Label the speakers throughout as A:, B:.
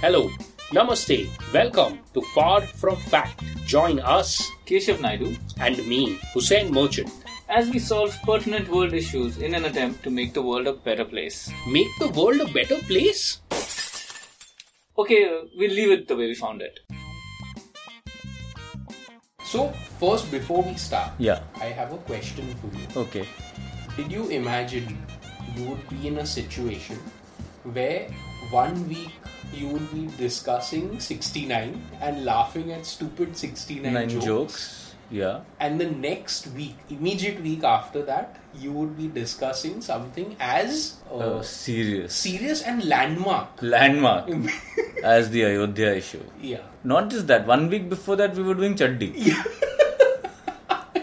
A: Hello, Namaste, welcome to Far From Fact. Join us
B: Keshav Naidu
A: and me, Hussein Merchant.
B: as we solve pertinent world issues in an attempt to make the world a better place.
A: Make the world a better place?
B: Okay, uh, we'll leave it the way we found it.
C: So, first, before we start,
D: Yeah.
C: I have a question for you.
D: Okay.
C: Did you imagine you would be in a situation where one week you would be discussing 69 and laughing at stupid 69
D: Nine
C: jokes,
D: jokes. Yeah.
C: and the next week, immediate week after that, you would be discussing something as uh,
D: Uh, serious.
C: serious and landmark?
D: Landmark as the Ayodhya issue.
C: yeah.
D: Not just that. One week before that, we were doing chaddi.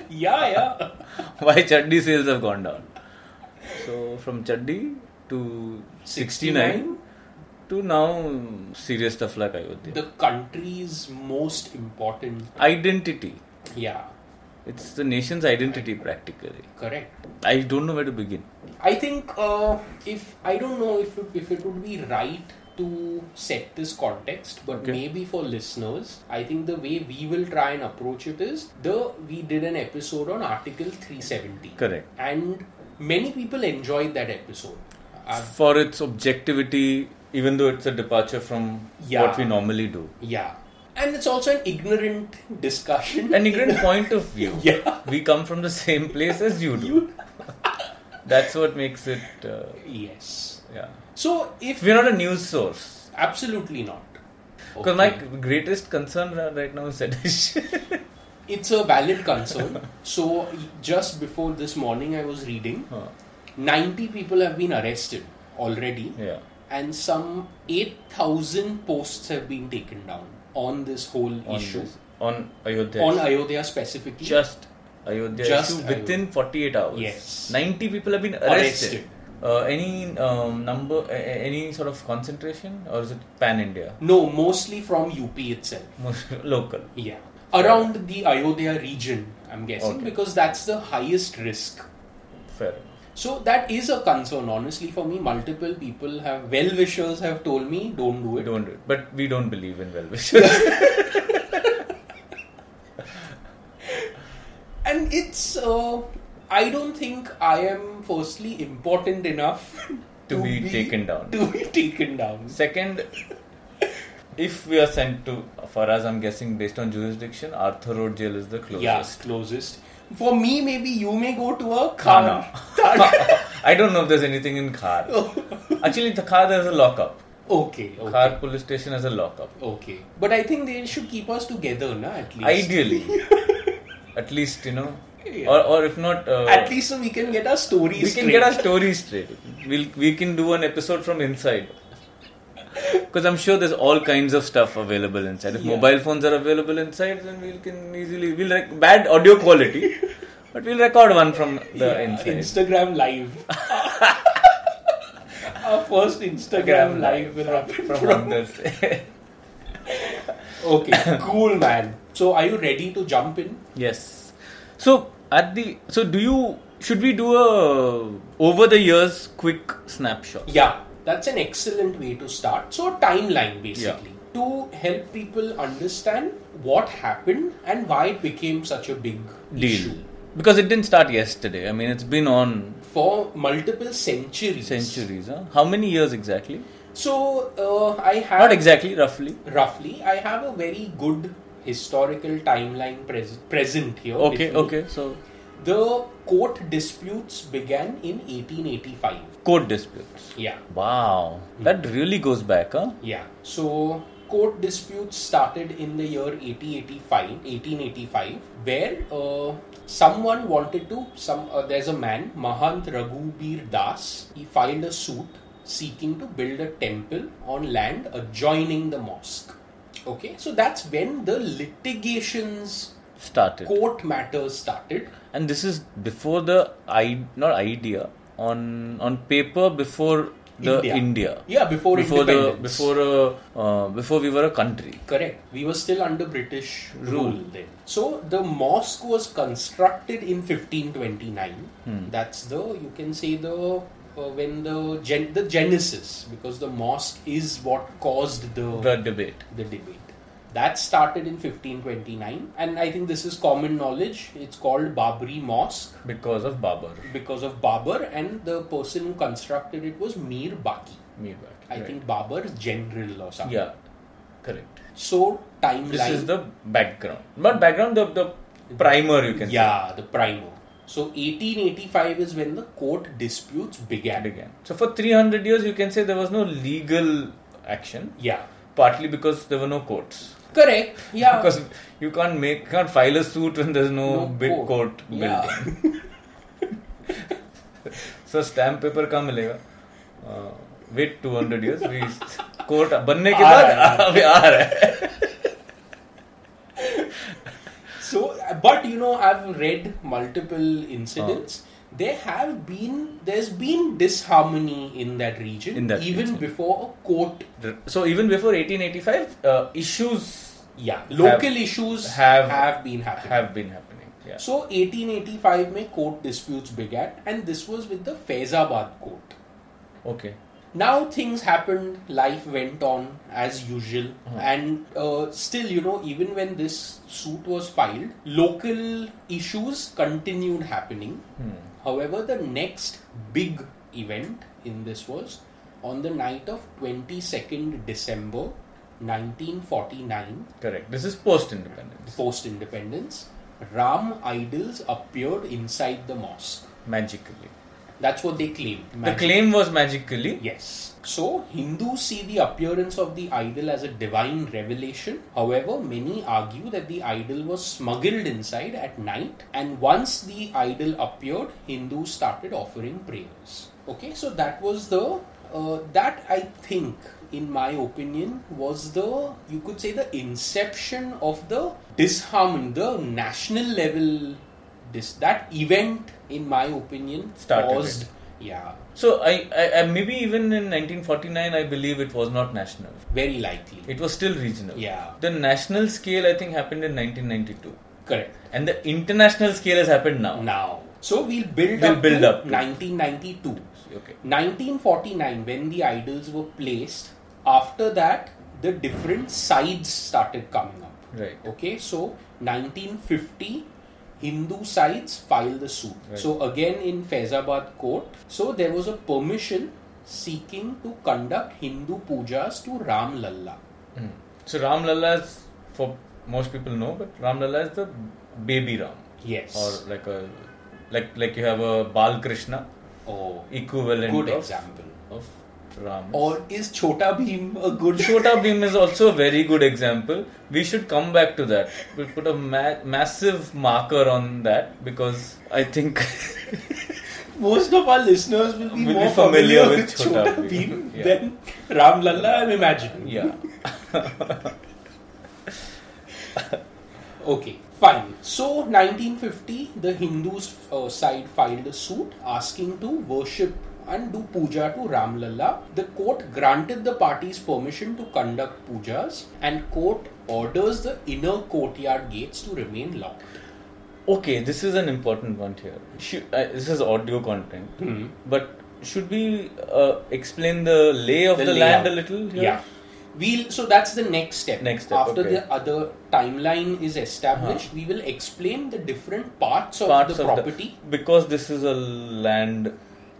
C: Yeah, yeah.
D: Why chaddi sales have gone down? So from chaddi to 69 to now um, serious stuff like Ayodhya.
C: The country's most important.
D: identity.
C: Yeah,
D: It's the nation's identity practically.
C: correct.
D: I don't know where to begin.
C: I think uh, if I don't know if it, if it would be right to set this context, but
D: Okay.
C: maybe for listeners, I think the way we will try and approach it is the we did an episode on Article 370,
D: Correct.
C: and many people enjoyed that episode. Uh,
D: For its objectivity, even though it's a departure from
C: Yeah.
D: what we normally do.
C: yeah, and it's also an ignorant discussion.
D: an ignorant point of view.
C: Yeah.
D: We come from the same place as you do. That's what makes it. Uh,
C: yes.
D: yeah.
C: So if
D: We're not a news source.
C: absolutely not. Okay.
D: Because my greatest concern ra- right now is sedition.
C: It's a valid concern. so just before this morning, I was reading.
D: Huh.
C: 90 people have been arrested already,
D: yeah.
C: and some 8,000 posts have been taken down on this whole
D: On,
C: issue.
D: this- on Ayodhya.
C: On
D: issue.
C: Ayodhya specifically.
D: Just Ayodhya
C: Just
D: issue within 48 hours.
C: Yes.
D: 90 people have been
C: Arrested.
D: arrested. Uh, any um, number, a- a- any sort of concentration, or is it pan India?
C: No, mostly from UP itself.
D: Most local.
C: Yeah. Around the Ayodhya region, I'm guessing,
D: Okay.
C: because that's the highest risk.
D: Fair enough.
C: So that is a concern, honestly, for me. Multiple people have, well wishers have told me, don't do
D: We
C: it.
D: don't do it. But we don't believe in well wishers.
C: And it's, uh, I don't think I am firstly important enough
D: To be taken down.
C: To be taken down.
D: Second, if we are sent to, for us, I'm guessing based on jurisdiction, Arthur Road Jail is the
C: Yeah,
D: closest.
C: closest. For me, maybe you may go to a
D: Khana.
C: car. Thar-
D: I don't know if there's anything in Khar. Actually, the Khar there's a lockup.
C: okay, Oh. okay,
D: Khar police station has a lockup.
C: okay. But I think they should keep us together, na? At least.
D: Ideally, at least you know,
C: Yeah.
D: or or if not, uh,
C: At least so we can get our stories.
D: we can get our story straight. We'll we can do an episode from inside. Because I'm sure there's all kinds of stuff available inside. If
C: Yeah.
D: mobile phones are available inside, then we can easily we'll rec- bad audio quality, but we'll record one from the
C: Yeah,
D: inside.
C: Instagram live. our first Instagram live will happen
D: from,
C: from.
D: Anders.
C: Okay, cool, man. So, are you ready to jump in?
D: yes. So at the so do you should we do a over the years quick snapshot?
C: Yeah, that's an excellent way to start. So, timeline basically to help people understand what happened and why it became such a big
D: Deal.
C: issue
D: Because it didn't start yesterday. I mean, it's been on
C: for multiple centuries.
D: centuries. Huh? How many years exactly?
C: So, uh, I have
D: Not exactly, roughly.
C: roughly, I have a very good historical timeline pres- present here. with
D: Okay,
C: me.
D: okay. So
C: The court disputes began in 1885.
D: court disputes.
C: Yeah.
D: Wow, that really goes back, huh?
C: Yeah. So court disputes started in the year 1885, 1885 where uh, someone wanted to some uh, there's a man Mahant Raghubir Das he filed a suit seeking to build a temple on land adjoining the mosque. Okay, so that's when the litigations,
D: started.
C: court matters started.
D: and this is before the I not idea on on paper before the
C: India.
D: India.
C: Yeah, before
D: before the
C: independence.
D: before a, uh, before we were a country.
C: Correct. We were still under British rule,
D: Rule.
C: then. So the mosque was constructed in 1529.
D: Hmm.
C: That's the you can say the uh, when the gen- the genesis because the mosque is what caused the
D: The debate.
C: the debate. That started in 1529, and I think this is common knowledge. It's called Babri Mosque
D: Because of Babur.
C: because of Babur, and the person who constructed it was Mir Baki.
D: Mir Baki,
C: I
D: right.
C: think Babur's general or something.
D: Yeah. Correct.
C: So timeline.
D: This is the background. Not background the, the primer you can say.
C: Yeah, the primer. So 1885 is when the court disputes began.
D: Began. So for three hundred years you can say there was no legal action.
C: Yeah.
D: Partly because there were no courts.
C: Correct. Yeah.
D: Because you can't make can't file a suit when there's no,
C: No
D: big
C: court.
D: court,
C: Yeah.
D: building. so stamp paper कहाँ मिलेगा? Uh, wait 200 years. We court बनने के
C: आ
D: बाद
C: रहा है,
D: अभी आ रहा है.
C: So, but you know, I've read multiple incidents.
D: Oh.
C: There have been there's been disharmony in that region
D: In that
C: even
D: region.
C: before a court.
D: So even before 1885, uh, issues
C: Yeah, local
D: Have-
C: issues
D: have-
C: have been happening.
D: have been happening. Yeah.
C: So 1885 में court disputes began, and this was with the Faizabad court.
D: Okay.
C: Now things happened, life went on as usual,
D: Uh-huh.
C: and uh, still, you know, even when this suit was filed, local issues continued happening.
D: Hmm.
C: However, the next big event in this was on the night of 22nd December 1949,
D: Correct. This is post independence.
C: post independence, Ram idols appeared inside the mosque.
D: Magically.
C: That's what they claimed.
D: The claim was magically.
C: Yes. So, Hindus see the appearance of the idol as a divine revelation. However, many argue that the idol was smuggled inside at night, and once the idol appeared, Hindus started offering prayers. Okay, so that was the. Uh, that I think, in my opinion, was the. You could say the inception of the disharmony, the national level. This, that event, in my opinion,
D: Started it.
C: caused. Yeah,
D: So I, I, I maybe even in 1949, I believe it was not national.
C: very likely.
D: It was still regional.
C: Yeah.
D: The national scale, I think, happened in 1992.
C: Correct.
D: And the international scale has happened now.
C: Now, so we'll build
D: We'll
C: up,
D: build
C: to
D: up to-
C: 1992.
D: Okay.
C: 1949, when the idols were placed, after that, the different sides started coming up.
D: Right.
C: Okay, so 1950, Hindu sides filed the suit. So again in Faizabad court, so there was a permission seeking to conduct Hindu pujas to Ram Lalla.
D: So Ram Lalla is, for most people know, but Ram Lalla is the baby Ram.
C: Yes.
D: Or like a, like like you have a Bal Krishna
C: oh,
D: equivalent
C: good
D: of,
C: example.
D: of Ram.
C: Or is Chota Bhim a good
D: Chota Bhim is also a very good example. We should come back to that. We'll put a ma- massive marker on that because I think
C: most of our listeners will be
D: Will be
C: more familiar,
D: familiar with
C: with
D: Chhota
C: Chota
D: Bhim.
C: Bhim
D: Yeah.
C: than Ram Lalla, I'm imagining.
D: yeah.
C: Okay, fine. So, 1950, the Hindus uh, side filed a suit asking to worship and do puja to Ram Lalla. The court granted the parties permission to conduct pujas, and court orders the inner courtyard gates to remain locked.
D: Okay, this is an important point here. Should, uh, this is audio content,
C: Hmm.
D: but should we uh, explain the lay of the, land a
C: layout.
D: little? Here?
C: Yeah. We'll, so that's the next step.
D: Next step,
C: After
D: okay. Uh-huh.
C: the other timeline is established, we will explain the different parts of
D: parts
C: the
D: of
C: property.
D: the, because this is a land.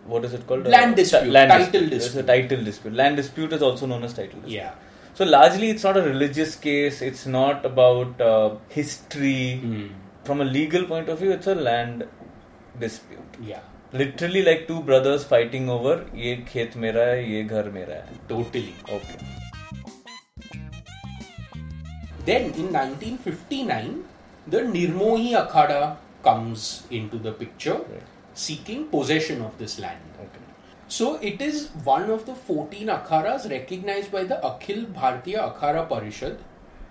D: What is it called?
C: Land
D: Uh,
C: dispute,
D: land
C: title
D: It's
C: dispute.
D: a title dispute. Land dispute is also known as title dispute.
C: Yeah.
D: So largely, it's not a religious case. It's not about uh, history.
C: Hmm.
D: From a legal point of view, it's a land dispute.
C: Yeah.
D: Literally, like two brothers fighting over ye khet mera hai, ye ghar mera hai.
C: Totally.
D: Okay.
C: Then in 1959, the Nirmohi Akhada comes into the picture,
D: Right.
C: seeking possession of this land.
D: Okay.
C: So it is one of the 14 akharas recognized by the Akhil Bhartiya Akhara Parishad.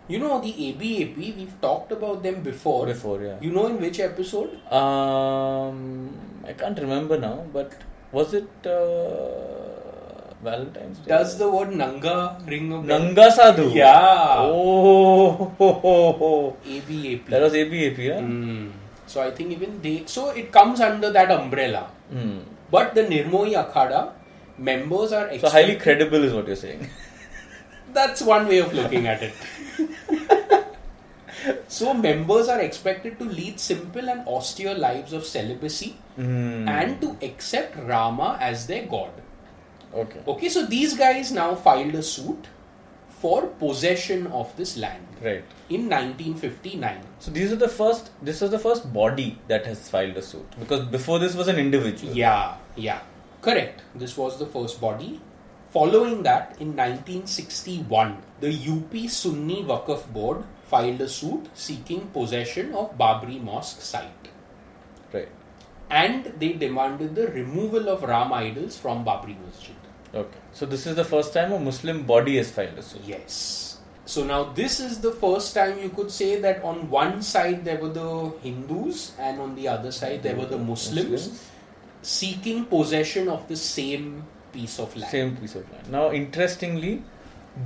C: You know the ABAP, we've talked about them before.
D: Before, yeah.
C: You know in which episode?
D: Um, I can't remember now, but was it uh, Valentine's Day?
C: Does the word Nanga ring a bell?
D: Nanga Sadhu?
C: Yeah.
D: Oh, ho, ho, ho.
C: ABAP.
D: that was ABAP, yeah?
C: Mm, So I think even they. So it comes under that umbrella.
D: Hmm.
C: But the Nirmohi Akhada members are
D: So highly credible is what you're saying.
C: That's one way of looking at it. so, members are expected to lead simple and austere lives of celibacy
D: Hmm.
C: and to accept Rama as their god.
D: Okay.
C: Okay, so these guys now filed a suit for possession of this land
D: Right.
C: in 1959.
D: So these are the first. This was the first body that has filed a suit because before this was an individual.
C: Yeah, yeah. Correct. This was the first body. Following that, in 1961, the UP Sunni Waqf Board filed a suit seeking possession of Babri Mosque site.
D: Right.
C: And they demanded the removal of Ram idols from Babri Masjid.
D: Okay. So this is the first time a Muslim body has filed a suit.
C: Yes. So now this is the first time you could say that on one side there were the Hindus and on the other side there were the Muslims,
D: Muslims.
C: seeking possession of the same piece of land.
D: Same piece of land. Now, interestingly,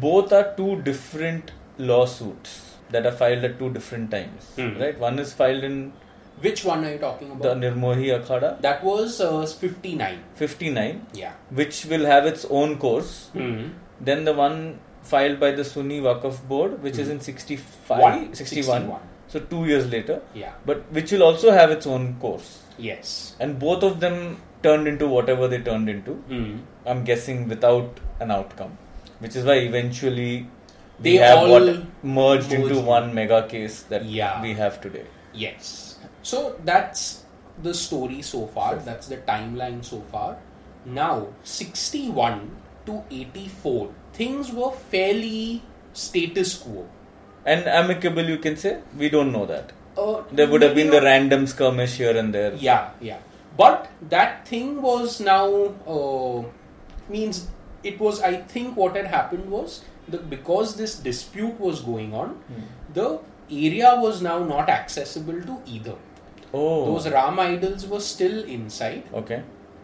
D: both are two different lawsuits that are filed at two different times.
C: Hmm.
D: Right. One is filed in
C: Which one are you talking about?
D: the Nirmohi Akhada
C: that was uh, 59.
D: 59,
C: Yeah.
D: which will have its own course. Then the one filed by the Sunni Waqf Board, which is in 65,
C: Hmm. One.
D: 61,
C: 61.
D: so two years later.
C: Yeah.
D: But which will also have its own course.
C: Yes.
D: And both of them turned into whatever they turned into.
C: Hmm.
D: I'm guessing without an outcome, which is why eventually we
C: They
D: have
C: all
D: what merged, into
C: merged.
D: one mega case that
C: Yeah.
D: we have today.
C: Yes. So that's the story so far. That's the timeline so far. Now, 61 to 84, things were fairly status quo.
D: And amicable, you can say we don't know that.
C: Uh,
D: There would have
C: maybe
D: been the
C: not-
D: random skirmish here and there.
C: Yeah, yeah. But that thing was now uh, means it was. I think what had happened was the because this dispute was going on, the area was now not accessible to either.
D: Oh,
C: Those Ram idols were still inside,
D: okay.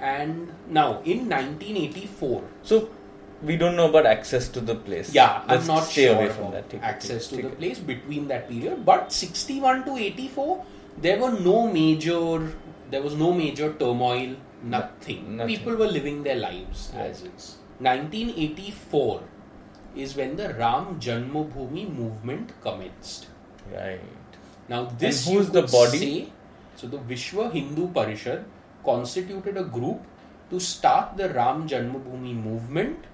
C: and now in 1984,
D: So we don't know about access to the place.
C: yeah,
D: Let's
C: I'm not
D: stay
C: sure
D: away
C: about
D: from that. Take it,
C: access
D: take
C: to
D: it.
C: the place between that period. But 61 to 84, there were no major, there was no major turmoil, nothing.
D: nothing.
C: People were living their lives as is. 1984 is when the Ram Janmabhoomi movement commenced.
D: Right.
C: Now this
D: who's
C: you
D: the
C: could
D: body?
C: say- so the Vishwa Hindu Parishad constituted a group to start the Ram Janmabhoomi movement.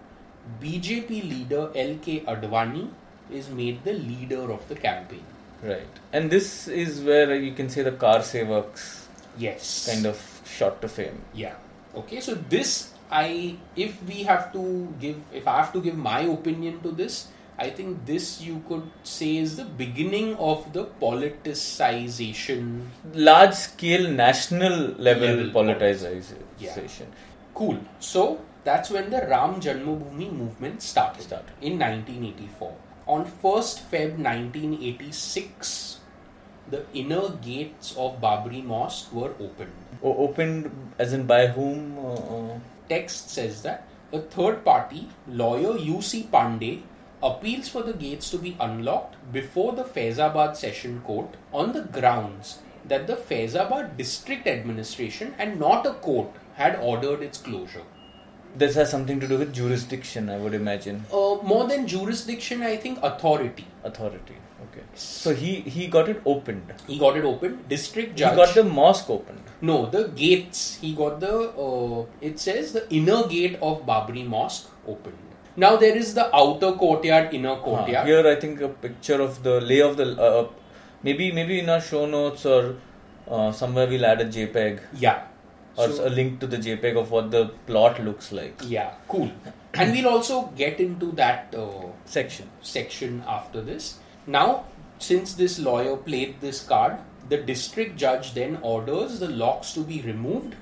C: BJP leader LK Advani is made the leader of the campaign.
D: Right. And this is where you can say the car savaks
C: Yes.
D: kind of shot to fame.
C: Yeah. Okay, so this I if we have to give if I have to give my opinion to this, I think this you could say is the beginning of the politicization
D: Large scale national level,
C: Level
D: politicization.
C: Cool. So that's when the Ram Janmabhoomi movement started,
D: Started.
C: in 1984. On 1st Feb 1986, the inner gates of Babri Mosque were opened.
D: O- opened as in by whom? Uh, uh,
C: Text says that a third party, lawyer UC Pandey, appeals for the gates to be unlocked before the Faizabad session court on the grounds that the Faizabad district administration and not a court had ordered its closure.
D: this has something to do with jurisdiction, I would imagine.
C: uh, more than jurisdiction, I think authority.
D: Authority. Okay. So he, he got it opened.
C: He got it open. District
D: He
C: judge.
D: got the mosque opened.
C: no, the gates. He got the. Uh, it says the inner gate of Babri Mosque opened. Now there is the outer courtyard, inner
D: Ah,
C: courtyard.
D: Here, I think a picture of the lay of the uh, maybe maybe in our show notes or uh, somewhere we'll add a JPEG
C: Yeah.
D: or
C: So-
D: a link to the JPEG of what the plot looks like.
C: yeah. Cool. and we'll also get into that uh,
D: Section.
C: section after this. Now, since this lawyer played this card, the district judge then orders the locks to be removed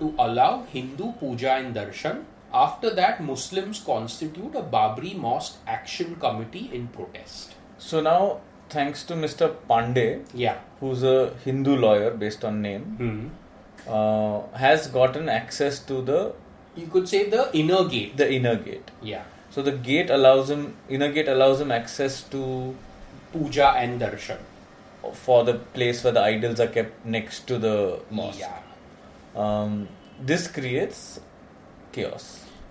C: to allow Hindu puja and darshan. After that, Muslims constitute a Babri Mosque Action Committee in protest.
D: So now, thanks to Mr. Pandey,
C: Yeah.
D: who's a Hindu lawyer based on name, uh, has gotten access to the
C: You could say the inner gate.
D: the inner gate.
C: Yeah.
D: So the gate allows him inner gate allows him access to
C: Puja and darshan.
D: for the place where the idols are kept next to the mosque.
C: Yeah.
D: Um, this creates chaos.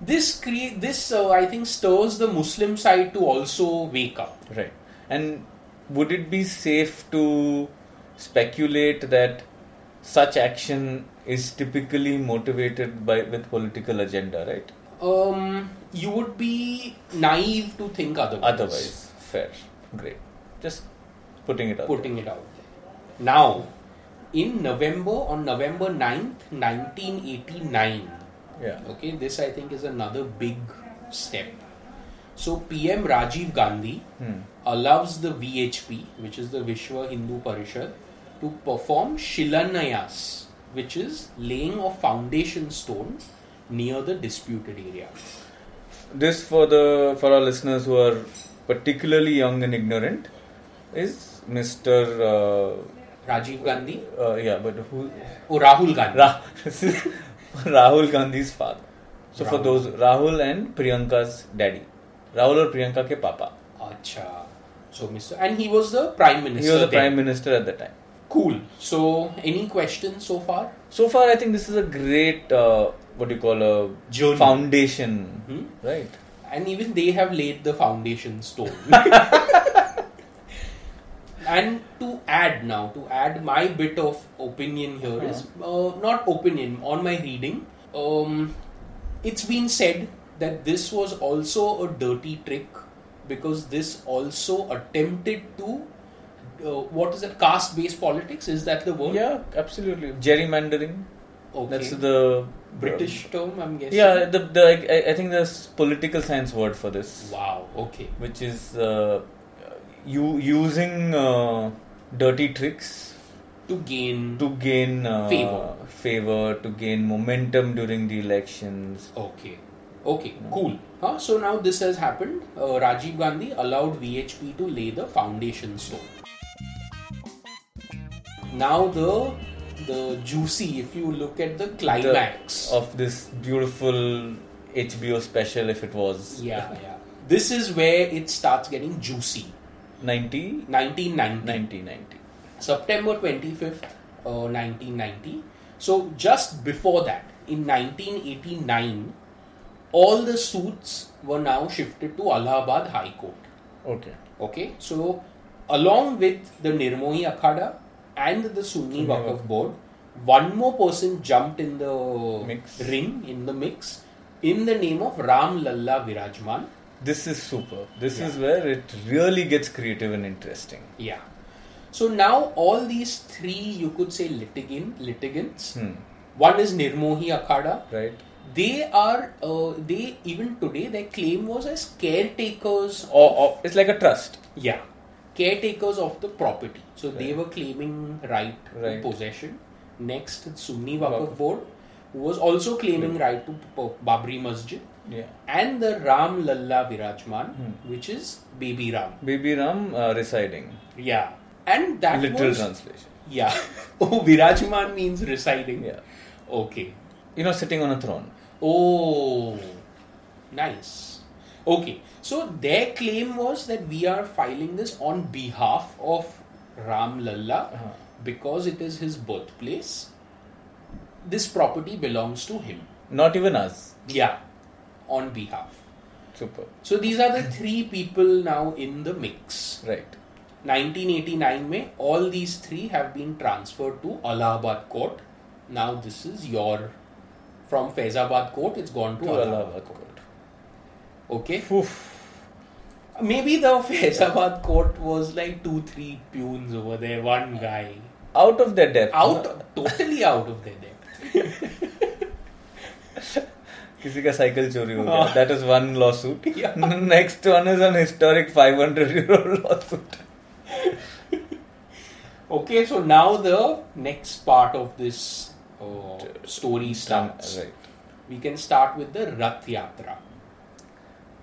C: This cre- this uh, I think stirs the Muslim side to also wake up.
D: Right. And would it be safe to speculate that such action is typically motivated by with political agenda, right?
C: Um, you would be naive to think otherwise.
D: Otherwise, fair. Great. Just putting it out.
C: putting it out there. Now, in November, on November 9th, 1989,
D: Yeah.
C: okay, this I think is another big step. So, PM Rajiv Gandhi allows the VHP, which is the Vishwa Hindu Parishad, to perform Shilanayas, which is laying of foundation stone near the disputed area.
D: This for the for our listeners who are particularly young and ignorant is Mr.
C: Rajiv Gandhi
D: Uh, uh, yeah, but who
C: or Rahul Gandhi?
D: Ra- Rahul Gandhi's father. So for
C: Rahul.
D: those Rahul and Priyanka's daddy, Rahul or Priyanka ke papa.
C: Acha. So, Mr. And he was the Prime
D: He
C: Minister.
D: was the
C: then.
D: prime minister at the time.
C: Cool. So, any questions so far?
D: So far, I think this is a great uh, what do you call a
C: Journey. Hmm?
D: foundation, right?
C: And even they have laid the foundation stone. and to add now, to add my bit of opinion here is
D: Uh-huh.
C: uh, not opinion, on my reading, um, it's been said that this was also a dirty trick because this also attempted to. Uh, what is it? Caste based politics? Is that the word?
D: Yeah, absolutely. Gerrymandering.
C: Okay.
D: That's the
C: British term, I'm guessing.
D: Yeah, the, the I, I think there's political science word for this,
C: Wow. Okay.
D: which is uh, you using uh, dirty tricks
C: To gain.
D: to gain uh,
C: Favor.
D: favor, to gain momentum during the elections.
C: Okay. Okay, cool. Huh? So now this has happened. Uh, Rajiv Gandhi allowed VHP to lay the foundation stone. Now the the juicy, if you look at the
D: The-
C: climax.
D: of this beautiful HBO special, if it was
C: yeah, yeah. This is where it starts getting juicy.
D: 90,
C: 1990.
D: 1990.
C: September 25th, uh, 1990. So, just before that, in 1989, all the suits were now shifted to Allahabad High Court.
D: Okay.
C: Okay, so along with the Nirmohi Akhada and the Sunni Waqf Board, one more person jumped in the
D: Mix.
C: ring, in the mix, in the name of Ram Lalla Virajman.
D: This is super. This is where it really gets creative and interesting.
C: Yeah. So now all these three, you could say litigant litigants. One is Nirmohi Akhada.
D: Hmm. Right.
C: They are. Uh, they even today their claim was as caretakers. Of,
D: Or, or it's like a trust.
C: yeah, caretakers of the property. So they were claiming right,
D: Right.
C: to possession. Next, Sunni Waqf Board who was also claiming right to P- Babri Masjid.
D: Yeah.
C: And the Ram Lalla Virajman,
D: Hmm.
C: which is Baby Ram.
D: Baby Ram uh, residing.
C: Yeah. And that
D: Literal
C: was
D: translation.
C: Yeah. Oh, Virajman means residing.
D: Yeah.
C: Okay.
D: You know, sitting on a throne.
C: Oh, nice. Okay. So their claim was that we are filing this on behalf of Ram Lalla because it is his birthplace. This property belongs to him.
D: Not even us.
C: Yeah. On behalf.
D: Super.
C: So these are the three people now in the mix.
D: Right.
C: 1989 में all these three have been transferred to Allahabad court. Now this is your from Faizabad court. It's gone to,
D: To
C: Allahabad.
D: Allahabad court.
C: Okay.
D: Oof.
C: Maybe the Faizabad court was like two three punes over there. One guy
D: Out of their depth.
C: out
D: ना?
C: totally out of their depth.
D: किसी का cycle चोरी हो
C: Ah.
D: गया that is one law suit next one is an historic 500 euro law suit
C: Okay. So now the next part of this uh, story starts.
D: Right.
C: We can start with the Rath Yatra.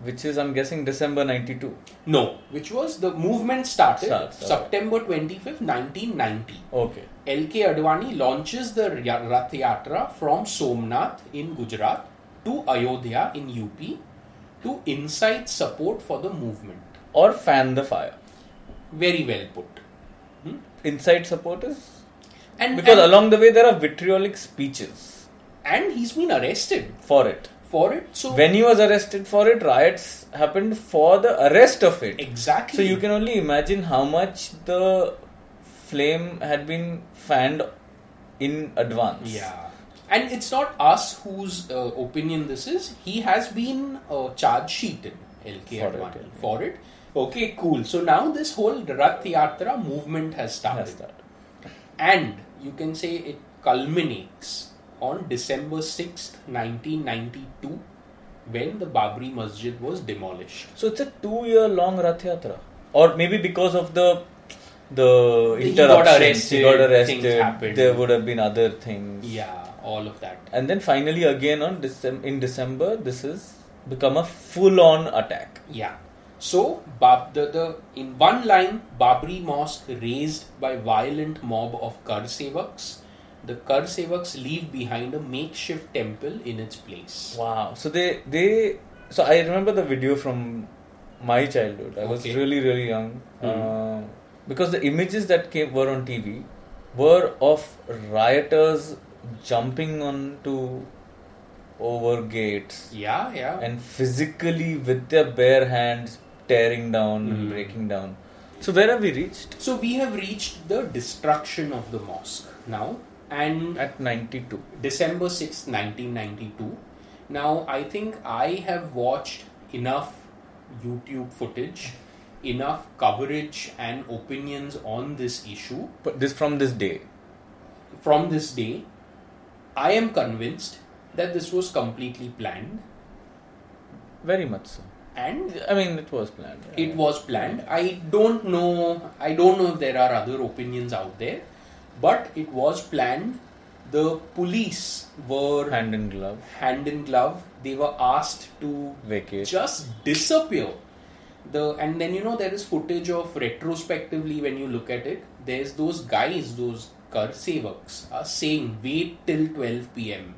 D: Which is, I'm guessing, December 92.
C: No, which was the movement started
D: Starts, okay.
C: September 25th, 1990.
D: Okay.
C: LK Advani launches the Ya- Rath Yatra from Somnath in Gujarat to Ayodhya in UP to incite support for the movement.
D: Or Fan the Fire.
C: Very well put.
D: Inside supporters?
C: And
D: Because
C: and,
D: along the way, there are vitriolic speeches
C: and he's been arrested
D: for it.
C: for it. So
D: When he was arrested for it, riots happened for the arrest of it.
C: exactly,
D: So you can only imagine how much the flame had been fanned in advance.
C: Yeah. And it's not us whose uh, opinion this is. He has been uh, charge sheeted, LK
D: For it,
C: Advani,
D: yeah.
C: for it. Okay, cool. So now this whole Rath Yatra movement has started.
D: Has started.
C: And you can say it culminates on December 6th, 1992, when the Babri Masjid was demolished.
D: So it's a two-year-long Rath Yatra, or maybe because of the the
C: He
D: interruptions,
C: got arrested,
D: he got
C: things
D: arrested,
C: happened.
D: There would have been other things.
C: Yeah, all of that.
D: And then finally, again on Decem- in December, this has become a full-on attack.
C: Yeah. So, Bab, the, the in one line, Babri Mosque razed by violent mob of Kar Sevaks. The Kar Sevaks leave behind a makeshift temple in its place.
D: Wow. So they they so I remember the video from my childhood. I was
C: Okay. Hmm.
D: really really young uh, because the images that came were on TV were of rioters jumping onto over gates
C: Yeah, yeah.
D: and physically with their bare hands tearing down
C: Hmm.
D: and breaking down. So where have we reached?
C: so we have reached the destruction of the mosque now, and
D: At 92.
C: December sixth, nineteen 1992. Now, I think I have watched enough YouTube footage, enough coverage, and opinions on this issue
D: But this from this day.
C: from this day, I am convinced that this was completely planned
D: Very much so.
C: and
D: I mean, it was planned.
C: it was planned. I don't know, I don't know if there are other opinions out there, but it was planned. The police were
D: hand in glove.
C: hand in glove, they were asked to
D: Vacate.
C: just disappear. The and then you know there is footage of retrospectively when you look at it, there's those guys, those Kar Sevaks are saying wait till 12 p.m.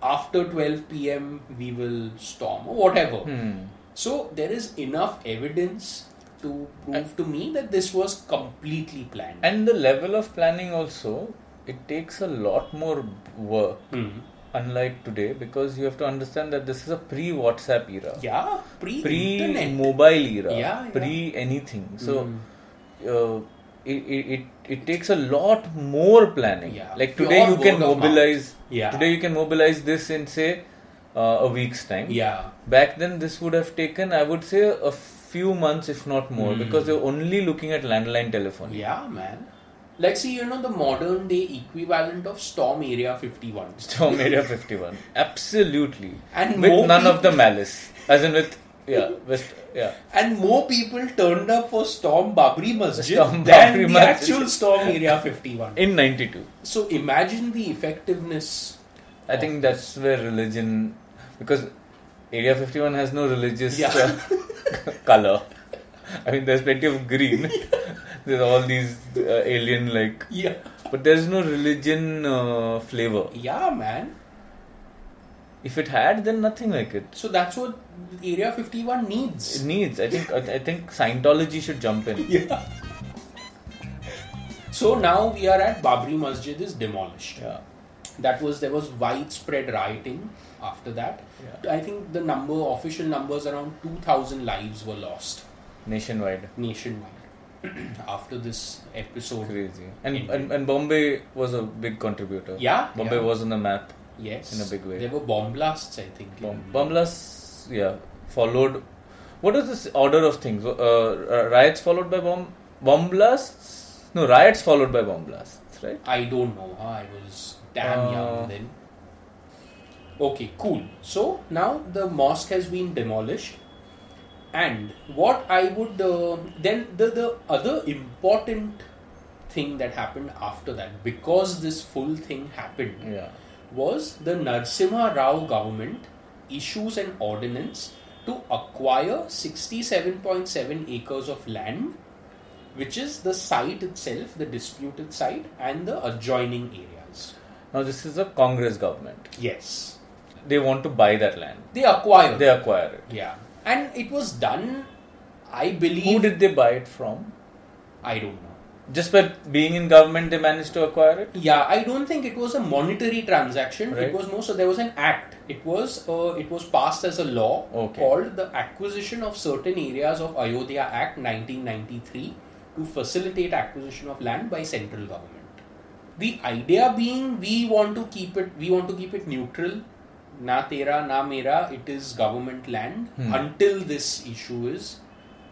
C: After 12 p.m. we will storm or whatever.
D: Hmm.
C: So there is enough evidence to prove to me that this was completely planned.
D: And the level of planning also, it takes a lot more work.
C: Hmm.
D: Unlike today, because you have to understand that this is a pre WhatsApp era,
C: yeah, pre
D: pre
C: internet.
D: mobile era,
C: Yeah, Hmm. yeah.
D: pre anything. So, uh, it, it, it, it takes a lot more planning.
C: Yeah.
D: Like today,
C: Pure
D: you
C: word
D: can
C: of mouth.
D: mobilize.
C: Yeah.
D: Today, you can mobilize this in say uh, a week's time.
C: Yeah.
D: Back then, this would have taken, I would say, a few months, if not more,
C: Hmm.
D: because they were only looking at landline telephony.
C: Yeah, man. Like, see, you know, the modern day equivalent of Storm Area 51.
D: Storm Area 51. Absolutely.
C: And
D: with
C: more
D: none of the
C: people-
D: malice. As in with, yeah, with, yeah.
C: And more people turned up for Storm Babri Masjid
D: Storm
C: than
D: Babri
C: the
D: Masjid.
C: actual Storm Area 51.
D: In 92.
C: So imagine the effectiveness.
D: I think that's where religion, because Area 51 has no religious
C: Yeah.
D: uh, color. I mean, there's plenty of green. there's all these uh, alien like.
C: Yeah.
D: But there's no religion uh, flavor.
C: Yeah, man.
D: If it had, then nothing like it.
C: So that's what Area 51
D: It
C: needs.
D: needs. I think. I I think Scientology should jump in.
C: Yeah. So now we are at Babri Masjid is demolished.
D: Yeah.
C: that was there was widespread rioting after that
D: Yeah.
C: i think the number official numbers around 2000 lives were lost
D: Nationwide.
C: nationwide after this episode
D: Crazy. And, and and Bombay was a big contributor.
C: Yeah,
D: Bombay
C: yeah.
D: was on the map.
C: yes
D: In a big way.
C: there were bomb blasts i think
D: Bom- Bomblas, yeah, followed. What is this order of things? Uh, uh, riots followed by bomb bomb blasts. No, riots followed by bomb blasts. Right.
C: i don't know huh? i was damn
D: Uh,
C: young then okay cool so now the mosque has been demolished and what i would uh, then the, the other important thing that happened after that, because this full thing happened,
D: Yeah.
C: was the Narsimha Rao government issues an ordinance to acquire 67.7 acres of land, which is the site itself, the disputed site, and the adjoining areas.
D: Now this is a Congress government.
C: Yes.
D: They want to buy that land.
C: They acquired.
D: They acquire it.
C: yeah. And it was done, I believe.
D: Who did they buy it from?
C: I don't know.
D: Just by being in government, they managed to acquire it.
C: Yeah, I don't think it was a monetary transaction. It
D: Right.
C: was more so there was an act. It was uh, it was passed as a law
D: Okay.
C: called the Acquisition of Certain Areas of Ayodhya Act 1993 to facilitate acquisition of land by central government. The idea being we want to keep it we want to keep it neutral. Na tera na mera. It is government land
D: Hmm.
C: until this issue is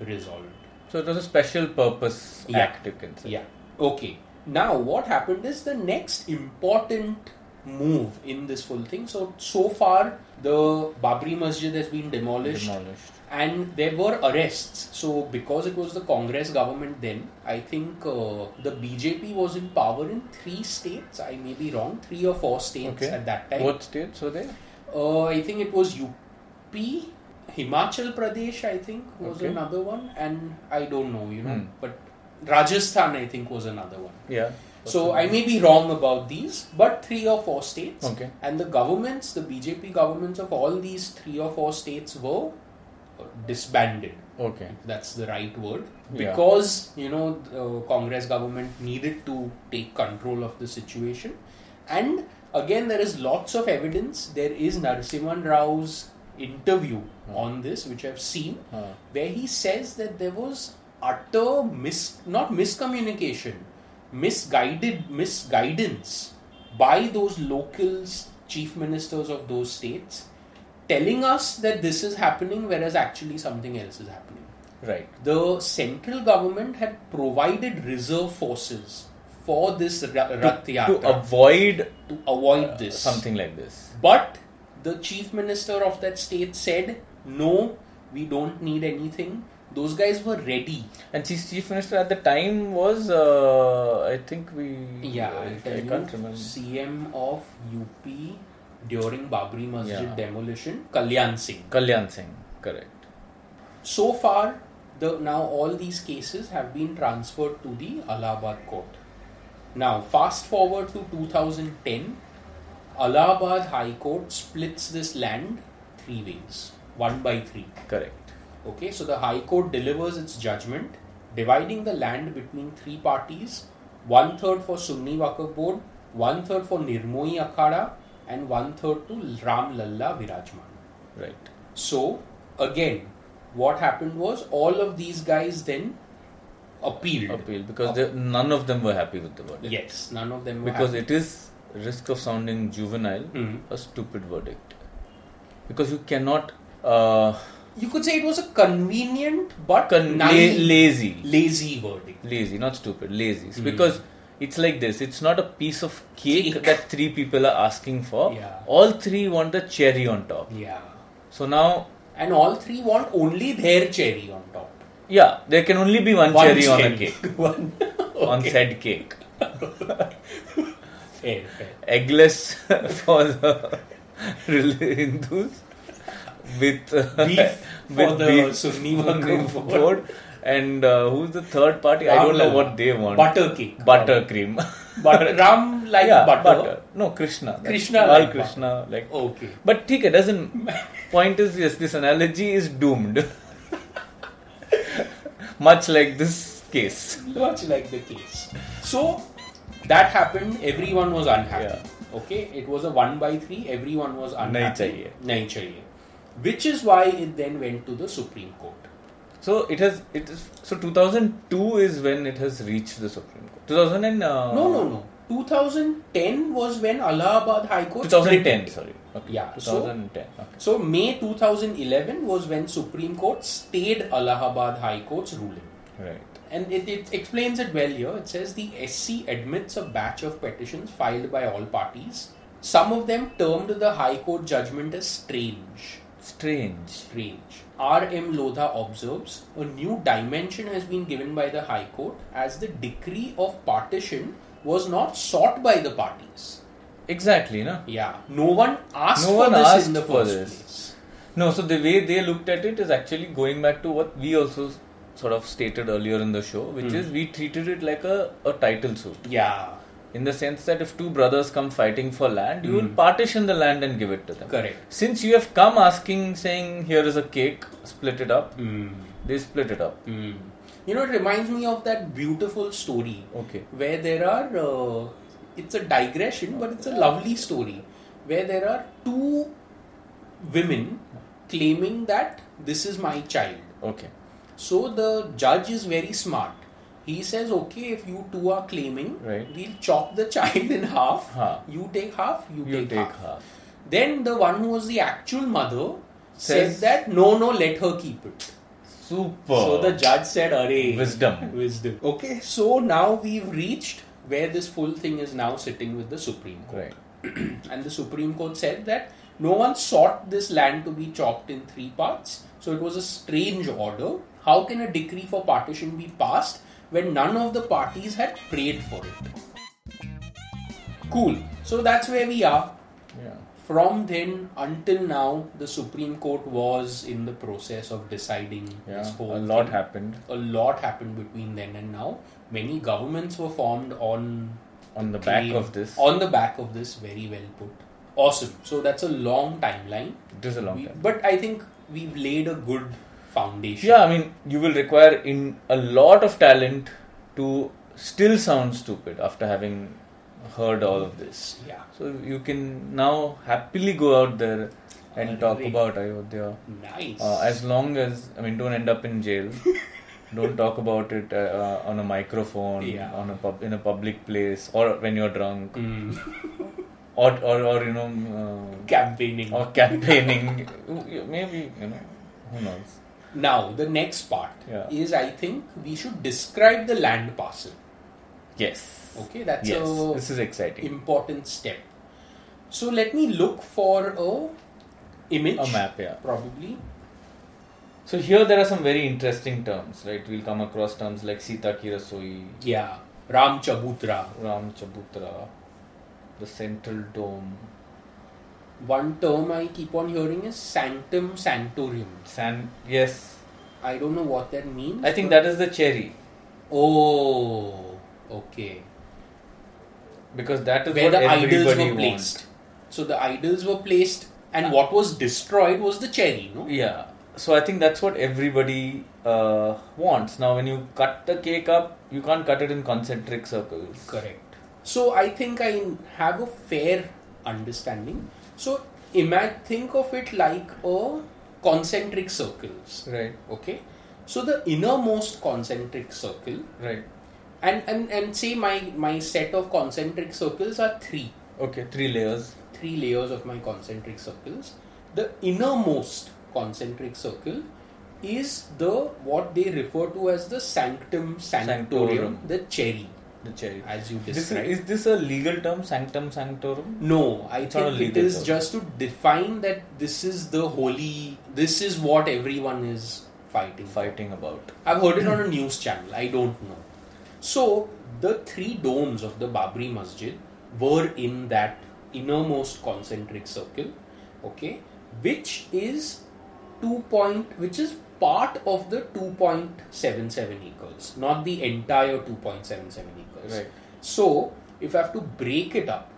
C: resolved.
D: So it was a special purpose
C: Yeah.
D: act, you can say.
C: Yeah. Okay. Now, what happened is the next important move in this full thing. So, so far, the Babri Masjid has been demolished,
D: Demolished.
C: and there were arrests. So, because it was the Congress government then, I think uh, the BJP was in power in three states. I may be wrong, three or four states
D: Okay.
C: at that time.
D: What states were they?
C: Uh, I think it was UP, Himachal Pradesh, I think, was
D: Okay.
C: another one, and I don't know, you know,
D: Hmm.
C: but Rajasthan, I think, was another one.
D: Yeah.
C: So I may be wrong about these, but three or four states.
D: Okay.
C: And the governments, the BJP governments of all these three or four states were uh, disbanded.
D: Okay.
C: That's the right word.
D: Yeah.
C: Because, you know, the uh, Congress government needed to take control of the situation. And again, there is lots of evidence. There is Narasimhan Rao's interview on this, which I've seen,
D: Huh.
C: where he says that there was utter mis not miscommunication misguided misguidance by those locals chief ministers of those states telling us that this is happening whereas actually something else is happening
D: Right.
C: the central government had provided reserve forces for this ra- Rath
D: To
C: Yatra
D: avoid
C: to avoid this
D: something like this.
C: but the chief minister of that state said, no, we don't need anything. Those guys were ready.
D: And chief, chief minister at the time was, uh, I think we.
C: Yeah,
D: I,
C: I'll tell
D: I
C: you,
D: can't remember.
C: CM of UP during Babri Masjid
D: Yeah.
C: demolition, Kalyan Singh.
D: Kalyan Singh, correct.
C: So far, the now all these cases have been transferred to the Allahabad court. Now, fast forward to 2010, Allahabad High Court splits this land three ways, one by three.
D: Correct.
C: Okay, so the High Court delivers its judgment, dividing the land between three parties one third for Sunni Waqf Board, one third for Nirmoi Akhada, and one third to Ram Lalla Virajman.
D: Right.
C: So, again, what happened was all of these guys then appealed.
D: Appeal because they, none of them were happy with the verdict.
C: Yes, none of them were
D: Because
C: happy.
D: it is risk of sounding juvenile,
C: Mhm.
D: a stupid verdict. Because you cannot. Uh,
C: you could say it was a convenient but
D: con- la-
C: naive-
D: lazy.
C: lazy verdict.
D: lazy, not stupid, lazy. It's Because it's like this it's not a piece of cake,
C: Hmm. Cake.
D: that three people are asking for.
C: Yeah.
D: All three want the cherry on top.
C: Yeah,
D: So now,
C: and all three want only their cherry on top.
D: yeah, there can only be one,
C: One
D: cherry, on a
C: cherry.
D: cake,
C: One-
D: on
C: Okay.
D: said cake.
C: Fair, fair.
D: Eggless for the Hindus. With uh,
C: Beef for the Sunni
D: for the
C: Waqf Board.
D: board. and uh, who's the third party? I
C: Ram
D: don't know
C: Lalla.
D: what they want.
C: Butter cake.
D: butter cream.
C: Butter. Ram like
D: yeah,
C: butter.
D: No, Krishna. That's
C: Krishna
D: all
C: like
D: Krishna like.
C: Okay.
D: But ठीक है, doesn't. Point is yes, this analogy is doomed. Much like this case.
C: Much like the case. So that happened. Everyone was unhappy.
D: Yeah.
C: Okay. It was a one by three. Everyone was unhappy.
D: चाहिए.
C: नहीं चाहिए. Which is why it then went to the Supreme Court.
D: So it has it is so 2002 is when it has reached the Supreme Court. 2000 and uh,
C: No, no, no. 2010 was when Allahabad High Court.
D: 2010
C: split it.
D: sorry. Okay.
C: Yeah, so-
D: 2010. okay.
C: So May 2011 was when Supreme Court stayed Allahabad High Court's ruling.
D: Right.
C: And it, it explains it well here. It says the SC admits a batch of petitions filed by all parties. Some of them termed the High Court judgment as strange.
D: Strange.
C: strange. R.M. Lodha observes a new dimension has been given by the High Court as the decree of partition was not sought by the parties.
D: Exactly, no?
C: Yeah, no one asked
D: No
C: for
D: one
C: this
D: asked
C: in the
D: for
C: first
D: this.
C: place.
D: No, so the way they looked at it is actually going back to what we also s- sort of stated earlier in the show, which
C: Hmm.
D: is we treated it like a, a title suit.
C: Yeah,
D: In the sense that if two brothers come fighting for land, you will partition the land and give it to them.
C: Hmm. Correct.
D: Since you have come asking, saying, here is a cake, split it up,
C: Hmm.
D: they split it up.
C: you know, it reminds me of that beautiful story
D: Okay.
C: where there are uh, it's a digression but it's a lovely story where there are two women claiming that this is my child
D: Okay.
C: so the judge is very smart he says okay if you two are claiming
D: Right.
C: we'll chop the child in half
D: Huh.
C: you take half you,
D: You
C: take,
D: take
C: half.
D: half.
C: then the one who was the actual mother says
D: Says-
C: that no no let her keep it
D: Super.
C: so the judge said, "Array,
D: Wisdom.
C: wisdom." Okay, so now we've reached where this full thing is now sitting with the Supreme Court,
D: Right.
C: and the Supreme Court said that no one sought this land to be chopped in three parts, so it was a strange order. How can a decree for partition be passed when none of the parties had prayed for it? Cool. So that's where we are.
D: Yeah.
C: From then until now, the Supreme Court was in the process of deciding this
D: Yeah.
C: whole
D: A lot
C: thing
D: happened
C: a lot happened between then and now. Many governments were formed on
D: on the back
C: claim-
D: of this.
C: On the back of this, very well put. Awesome. So that's a long timeline.
D: It is a long
C: We-
D: time.
C: but I think we've laid a good foundation.
D: Yeah, I mean, you will require in a lot of talent to still sound stupid after having heard all of this.
C: Yeah.
D: So you can now happily go out there and talk
C: Alright.
D: about Ayodhya.
C: Nice.
D: Uh, as long as I mean, don't end up in jail. don't talk about it uh, uh, on a microphone,
C: Yeah.
D: on a pub, in a public place, or when you're drunk,
C: Mm.
D: or, or or you know, uh,
C: Campaigning.
D: or campaigning. Maybe you know, who knows.
C: Now, the next part
D: Yeah.
C: is I think we should describe the land parcel.
D: Yes.
C: Okay, that's
D: yes.
C: a
D: this is exciting.
C: important step. So let me look for a image.
D: A map, yeah.
C: Probably.
D: So here there are some very interesting terms, right? We'll come across terms like Sita ki rasoi,
C: Yeah. Ram Chabutra.
D: Ram Chabutra, the central dome,
C: One term I keep on hearing is sanctum sanctorium.
D: San. Yes,
C: I don't know what that means.
D: I think
C: but-
D: that is the cherry
C: Oh, okay.
D: because that is
C: Where
D: what
C: the idols
D: everybody Ah.
C: were placed. So the idols were placed, and what was destroyed was the cherry, no?
D: wants. Yeah. So I think that's what everybody uh, wants. Now, when you cut the cake up, you can't cut it in concentric circles.
C: Correct. So I think I have a fair understanding. So imagine, think of it like a concentric circles.
D: Right.
C: Okay. So the innermost concentric circle
D: Right.
C: and and and say my my set of concentric circles are three
D: Okay. Three layers.
C: three layers of my concentric circles the innermost concentric circle is the what they refer to as the sanctum sanctorum,
D: Sanctorum.
C: the cherry
D: The cherry.
C: as you
D: This
C: described
D: is, is this a legal term? Sanctum sanctorum.
C: no i
D: It's not a
C: think it
D: legal
C: is
D: term.
C: just to define that this is the holy this is what everyone is fighting for.
D: Fighting about.
C: I've heard it on a news channel. I don't know. So the three domes of the Babri Masjid were in that innermost concentric circle, okay, which is two point, which is part of the two point seven seven acres, not the entire two point seven seven acres.
D: Right.
C: So if I have to break it up,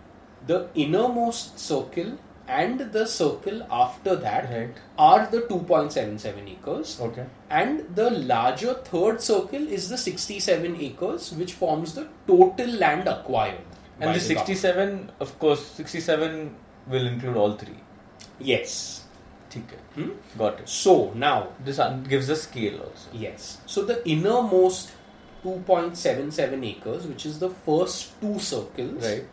C: the innermost circle and the circle after that
D: Right.
C: are the 2.77 acres
D: Okay.
C: and the larger third circle is the 67 acres which forms the total land acquired by
D: And the
C: the government.
D: 67, of course, 67 will include all three.
C: yes
D: ठीक है.
C: Hmm?
D: Got it.
C: so now
D: This un- gives a scale also.
C: yes so the innermost 2.77 acres which is the first two circles
D: Right.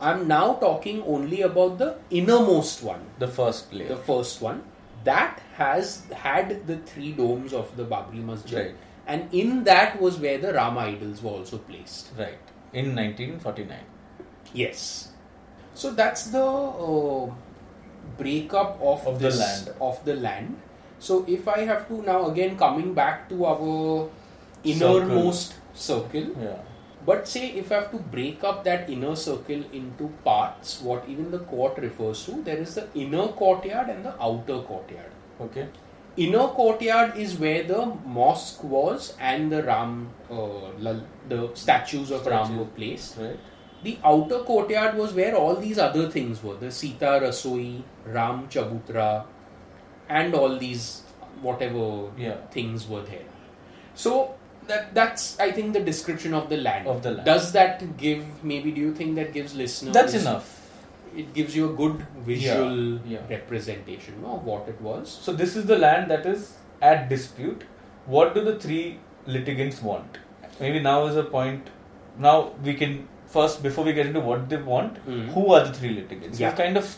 C: i'm now talking only about the innermost one
D: The first layer.
C: the first one that has had the three domes of the babri masjid
D: Right.
C: and in that was where the ram idols were also placed
D: right. In 1949.
C: Yes. So that's the uh, breakup of,
D: Of the
C: this,
D: land.
C: of the land. So if I have to now again coming back to our
D: Circle.
C: innermost circle,
D: Yeah.
C: but say if I have to break up that inner circle into parts, what even the court refers to, there is the inner courtyard and the outer courtyard.
D: Okay.
C: Inner courtyard is where the mosque was and the Ram, uh, lal- the statues of Ram
D: Statue.
C: were placed.
D: Right.
C: The outer courtyard was where all these other things were the Sita Rasoi, Ram Chabutra, and all these whatever
D: Yeah.
C: things were there. So that that's I think the description of the land.
D: Of the land.
C: Does that give maybe do you think that gives listeners
D: That's enough.
C: It gives you a good visual
D: Yeah, yeah.
C: representation of what it was.
D: So this is the land that is at dispute. What do the three litigants want? Maybe now is a point. Now we can first before we get into what they want.
C: Mm.
D: Who are the three litigants?
C: Yeah.
D: We've kind of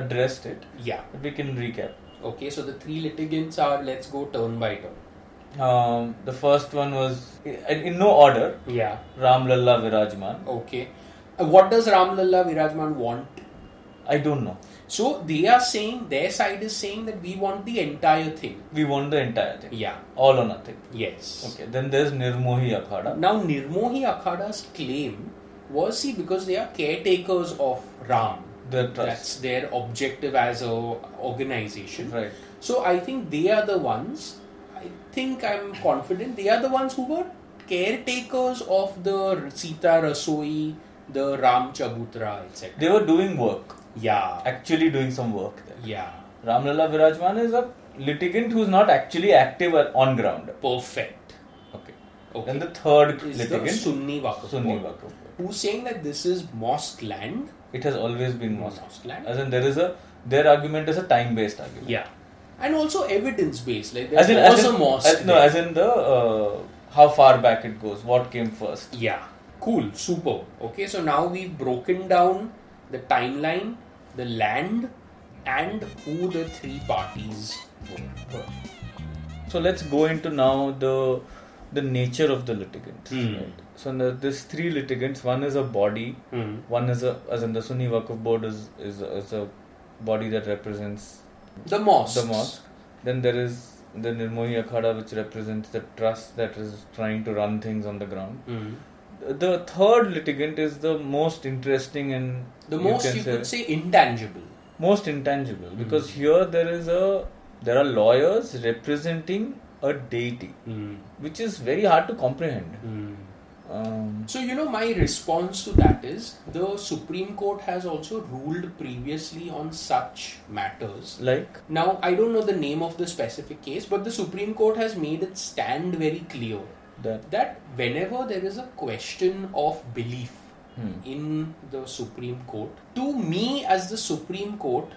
D: addressed it.
C: Yeah.
D: But we can recap.
C: Okay, so the three litigants are let's go turn by turn.
D: Um, the first one was in, in no order.
C: Yeah.
D: Ram Lalla Virajman.
C: Okay. Uh, what does Ram Lalla Virajman want?
D: I don't know.
C: So they are saying their side is saying that we want the entire thing.
D: We want the entire thing.
C: Yeah.
D: All or nothing.
C: Yes.
D: Okay. Then there's Nirmohi Akhada.
C: Now Nirmohi Akhada's claim was see because they are caretakers of Ram.
D: The trust.
C: That's their objective as a organization.
D: Right.
C: So I think they are the ones. I think I'm confident they are the ones who were caretakers of the Sita Rasoi, the Ram Chabutra, etc.
D: They were doing work.
C: Yeah.
D: Actually doing some work there.
C: Yeah.
D: Ramlala Virajman is a litigant who's not actually active or on ground.
C: Perfect.
D: Okay.
C: Okay.
D: Then the third
C: Is
D: litigant,
C: the Sunni Waqf
D: Sunni
C: Board,
D: Waqf Board.
C: Who's saying that this is mosque land?
D: It has always been mosque.
C: Mosque land.
D: As in, there is a their argument is a time-based argument.
C: Yeah. And also evidence based. Like there
D: As in,
C: was
D: as in,
C: a mosque.
D: as- no,
C: there.
D: as in the uh, how far back it goes, what came first.
C: Yeah. Cool. Super. Okay, so now we've broken down the timeline, the land, and who the three parties were.
D: So let's go into now the the nature of the litigants.
C: Hmm.
D: Right? So now there's three litigants. One is a body.
C: Hmm.
D: One is a as in the Sunni Waqf Board is is, is a body that represents
C: The mosque.
D: the mosque. Then there is the Nirmohi Akhada, which represents the trust that is trying to run things on the ground.
C: Hmm.
D: The third litigant is the most interesting and
C: The most you,
D: can
C: could say Hmm. intangible.
D: most intangible because here there is a there are lawyers representing a deity, which is very hard to comprehend. Um,
C: So you know my response to that is the Supreme Court has also ruled previously on such matters.
D: like
C: Now, I don't know the name of the specific case, but the Supreme Court has made its stand very clear
D: That-
C: whenever there is a question of belief in the Supreme Court, to me as the Supreme Court,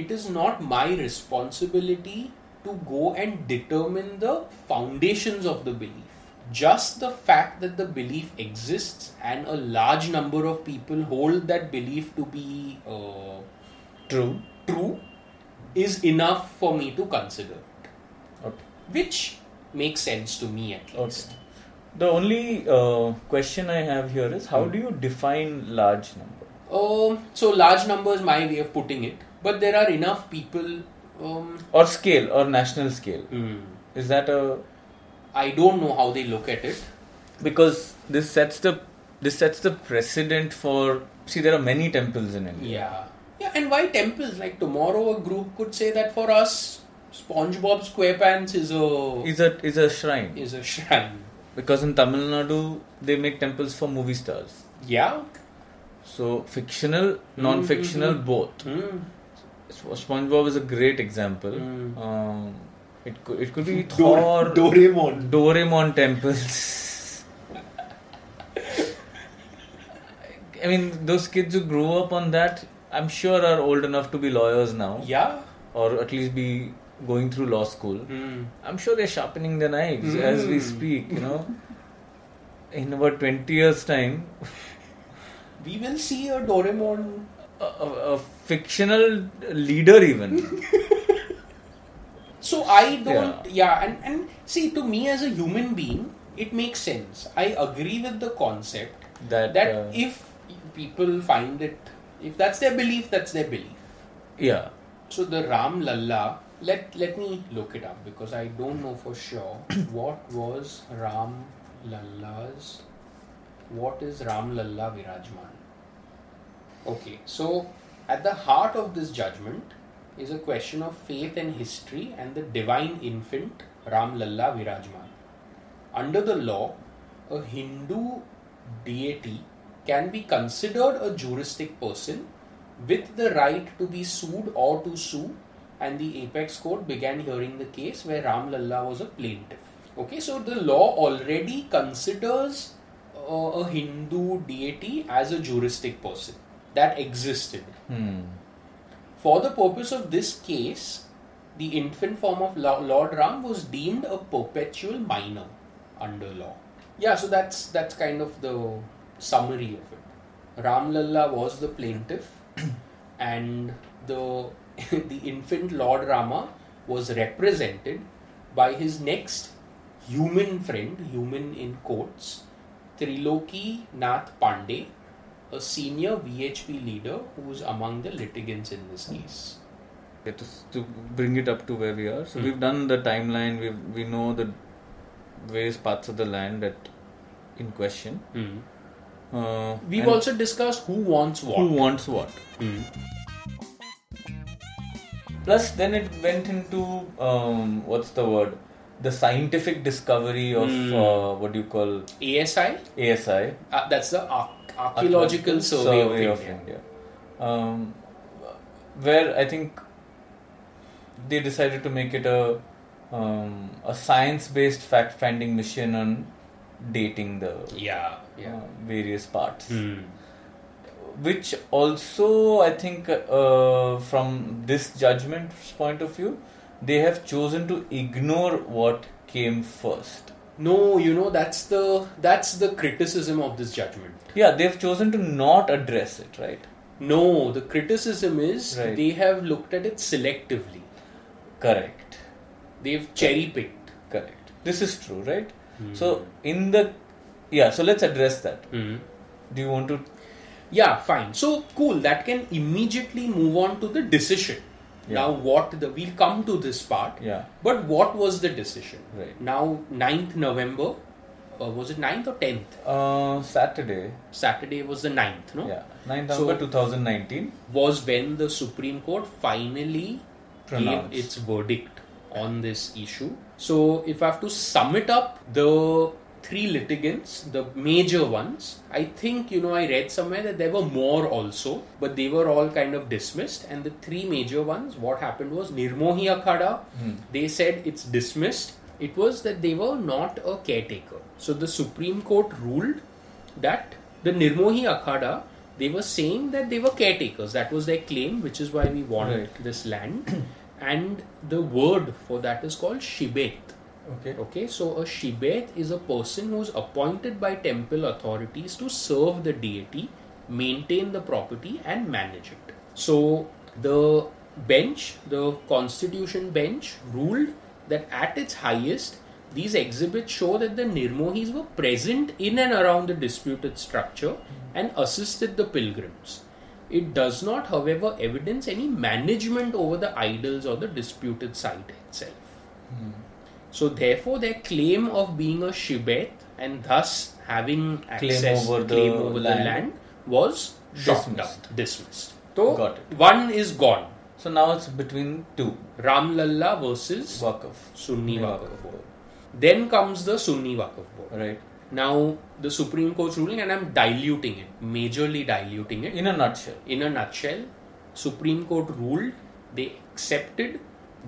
C: it is not my responsibility to go and determine the foundations of the belief. Just the fact that the belief exists and a large number of people hold that belief to be uh,
D: true.
C: true is enough for me to consider it,
D: Okay.
C: which makes sense to me at
D: Okay.
C: least.
D: The only uh, question I have here is how do you define large number?
C: Um, so large number is my way of putting it, but there are enough people. Um,
D: or scale or national scale is that a
C: I don't know how they look at it.
D: because this sets the this sets the precedent for see there are many temples in india
C: Yeah, yeah, and why temples? Like tomorrow, a group could say that for us, SpongeBob SquarePants is a
D: is a is a shrine
C: is a shrine.
D: because in tamil nadu they make temples for movie stars
C: Yeah,
D: so fictional non-fictional both
C: Hmm.
D: So spongebob is a great example um, it could it could be thor
C: Doraemon.
D: Doraemon temples. I mean, those kids who grew up on that, I'm sure are old enough to be lawyers now,
C: Yeah,
D: or at least be going through law school.
C: Hmm.
D: I'm sure they're sharpening their knives as we speak. You know, in about 20 years' time,
C: we will see a Doraemon.
D: a, a, a fictional leader even.
C: So I don't. Yeah, and and see, to me as a human being, it makes sense. I agree with the concept.
D: That,
C: that
D: uh,
C: if people find it if that's their belief that's their belief
D: yeah.
C: So the Ram Lalla, let let me look it up because I don't know for sure what was Ram Lalla's. What is Ram Lalla Virajman? Okay, so at the heart of this judgment is a question of faith and history and the divine infant Ram Lalla Virajman. Under the law, a Hindu deity can be considered a juristic person with the right to be sued or to sue, and the apex court began hearing the case where Ram Lalla was a plaintiff. Okay, so the law already considers uh, a Hindu deity as a juristic person that existed. For the purpose of this case, the infant form of Lo- Lord Ram was deemed a perpetual minor under law. Yeah, so that's that's kind of the summary of it. Ram Lalla was the plaintiff, and the the infant Lord Rama was represented by his next human friend, human in quotes, Triloki Nath Pandey, a senior VHP leader who was among the litigants in this case.
D: Okay, to, to bring it up to where we are. So
C: Hmm.
D: we've done the timeline. We we know the various parts of the land that in question. Uh,
C: Hmm. We've
D: and
C: also Hmm. discussed who wants what.
D: who wants what. Plus, then it went into um, what's the word? The scientific discovery of
C: Hmm.
D: uh, what do you call
C: ASI,
D: ASI?
C: uh, that's the ar- archaeological survey, of India.
D: Um, where I think they decided to make it a um, a science-based fact-finding mission on dating the
C: Yeah,
D: uh,
C: yeah.
D: various parts, which also I think uh, from this judgment's point of view, they have chosen to ignore what came first.
C: No, you know that's the that's the criticism of this judgment.
D: Yeah, they've chosen to not address it, right?
C: No, the criticism is
D: Right.
C: they have looked at it selectively.
D: Correct.
C: They've cherry picked.
D: Correct. This is true, right?
C: Hmm.
D: So in the yeah, so let's address that.
C: Hmm.
D: Do you want to?
C: Yeah, fine. So cool. That can immediately move on to the decision. Now, what the we'll come to this part.
D: Yeah.
C: But what was the decision?
D: Right.
C: Now, 9th November, uh, was it 9th or 10th?
D: Uh, Saturday,
C: Saturday was the 9th, no?
D: yeah, 9th
C: So-
D: November 2019.
C: Was when the Supreme Court finally
D: Pronounced.
C: gave its verdict on this issue. So, if I have to sum it up, the three litigants, the major ones, I think, you know, I read somewhere that there were more also, but they were all kind of dismissed. And the three major ones, what happened was Nirmohi Akhada, they said it's dismissed. It was that they were not a caretaker. So, the Supreme Court ruled that the Nirmohi Akhada, they were saying that they were caretakers. That was their claim, which is why we want
D: Right.
C: this land. and the word for that is called Shibet.
D: Okay.
C: Okay, so a Shibet is a person who's appointed by temple authorities to serve the deity, maintain the property, and manage it. So the bench, the constitution bench, ruled that at its highest, these exhibits show that the Nirmohis were present in and around the disputed structure and assisted the pilgrims. It does not, however, evidence any management over the idols or the disputed site itself. So, therefore, their claim of being a Shibet and thus having access
D: over the
C: claim over the
D: land.
C: land was shot
D: Dismissed.
C: up, dismissed. So,
D: Got it.
C: one is gone.
D: So now it's between two
C: Ram Lalla versus
D: Wakaf,
C: Sunni
D: Wakaf
C: Wakaf Board.
D: Board.
C: Then comes the Sunni Wakaf Board.
D: right?
C: Now, the Supreme Court's ruling, and I'm diluting it, majorly diluting it.
D: In a nutshell,
C: in a nutshell, Supreme Court ruled they accepted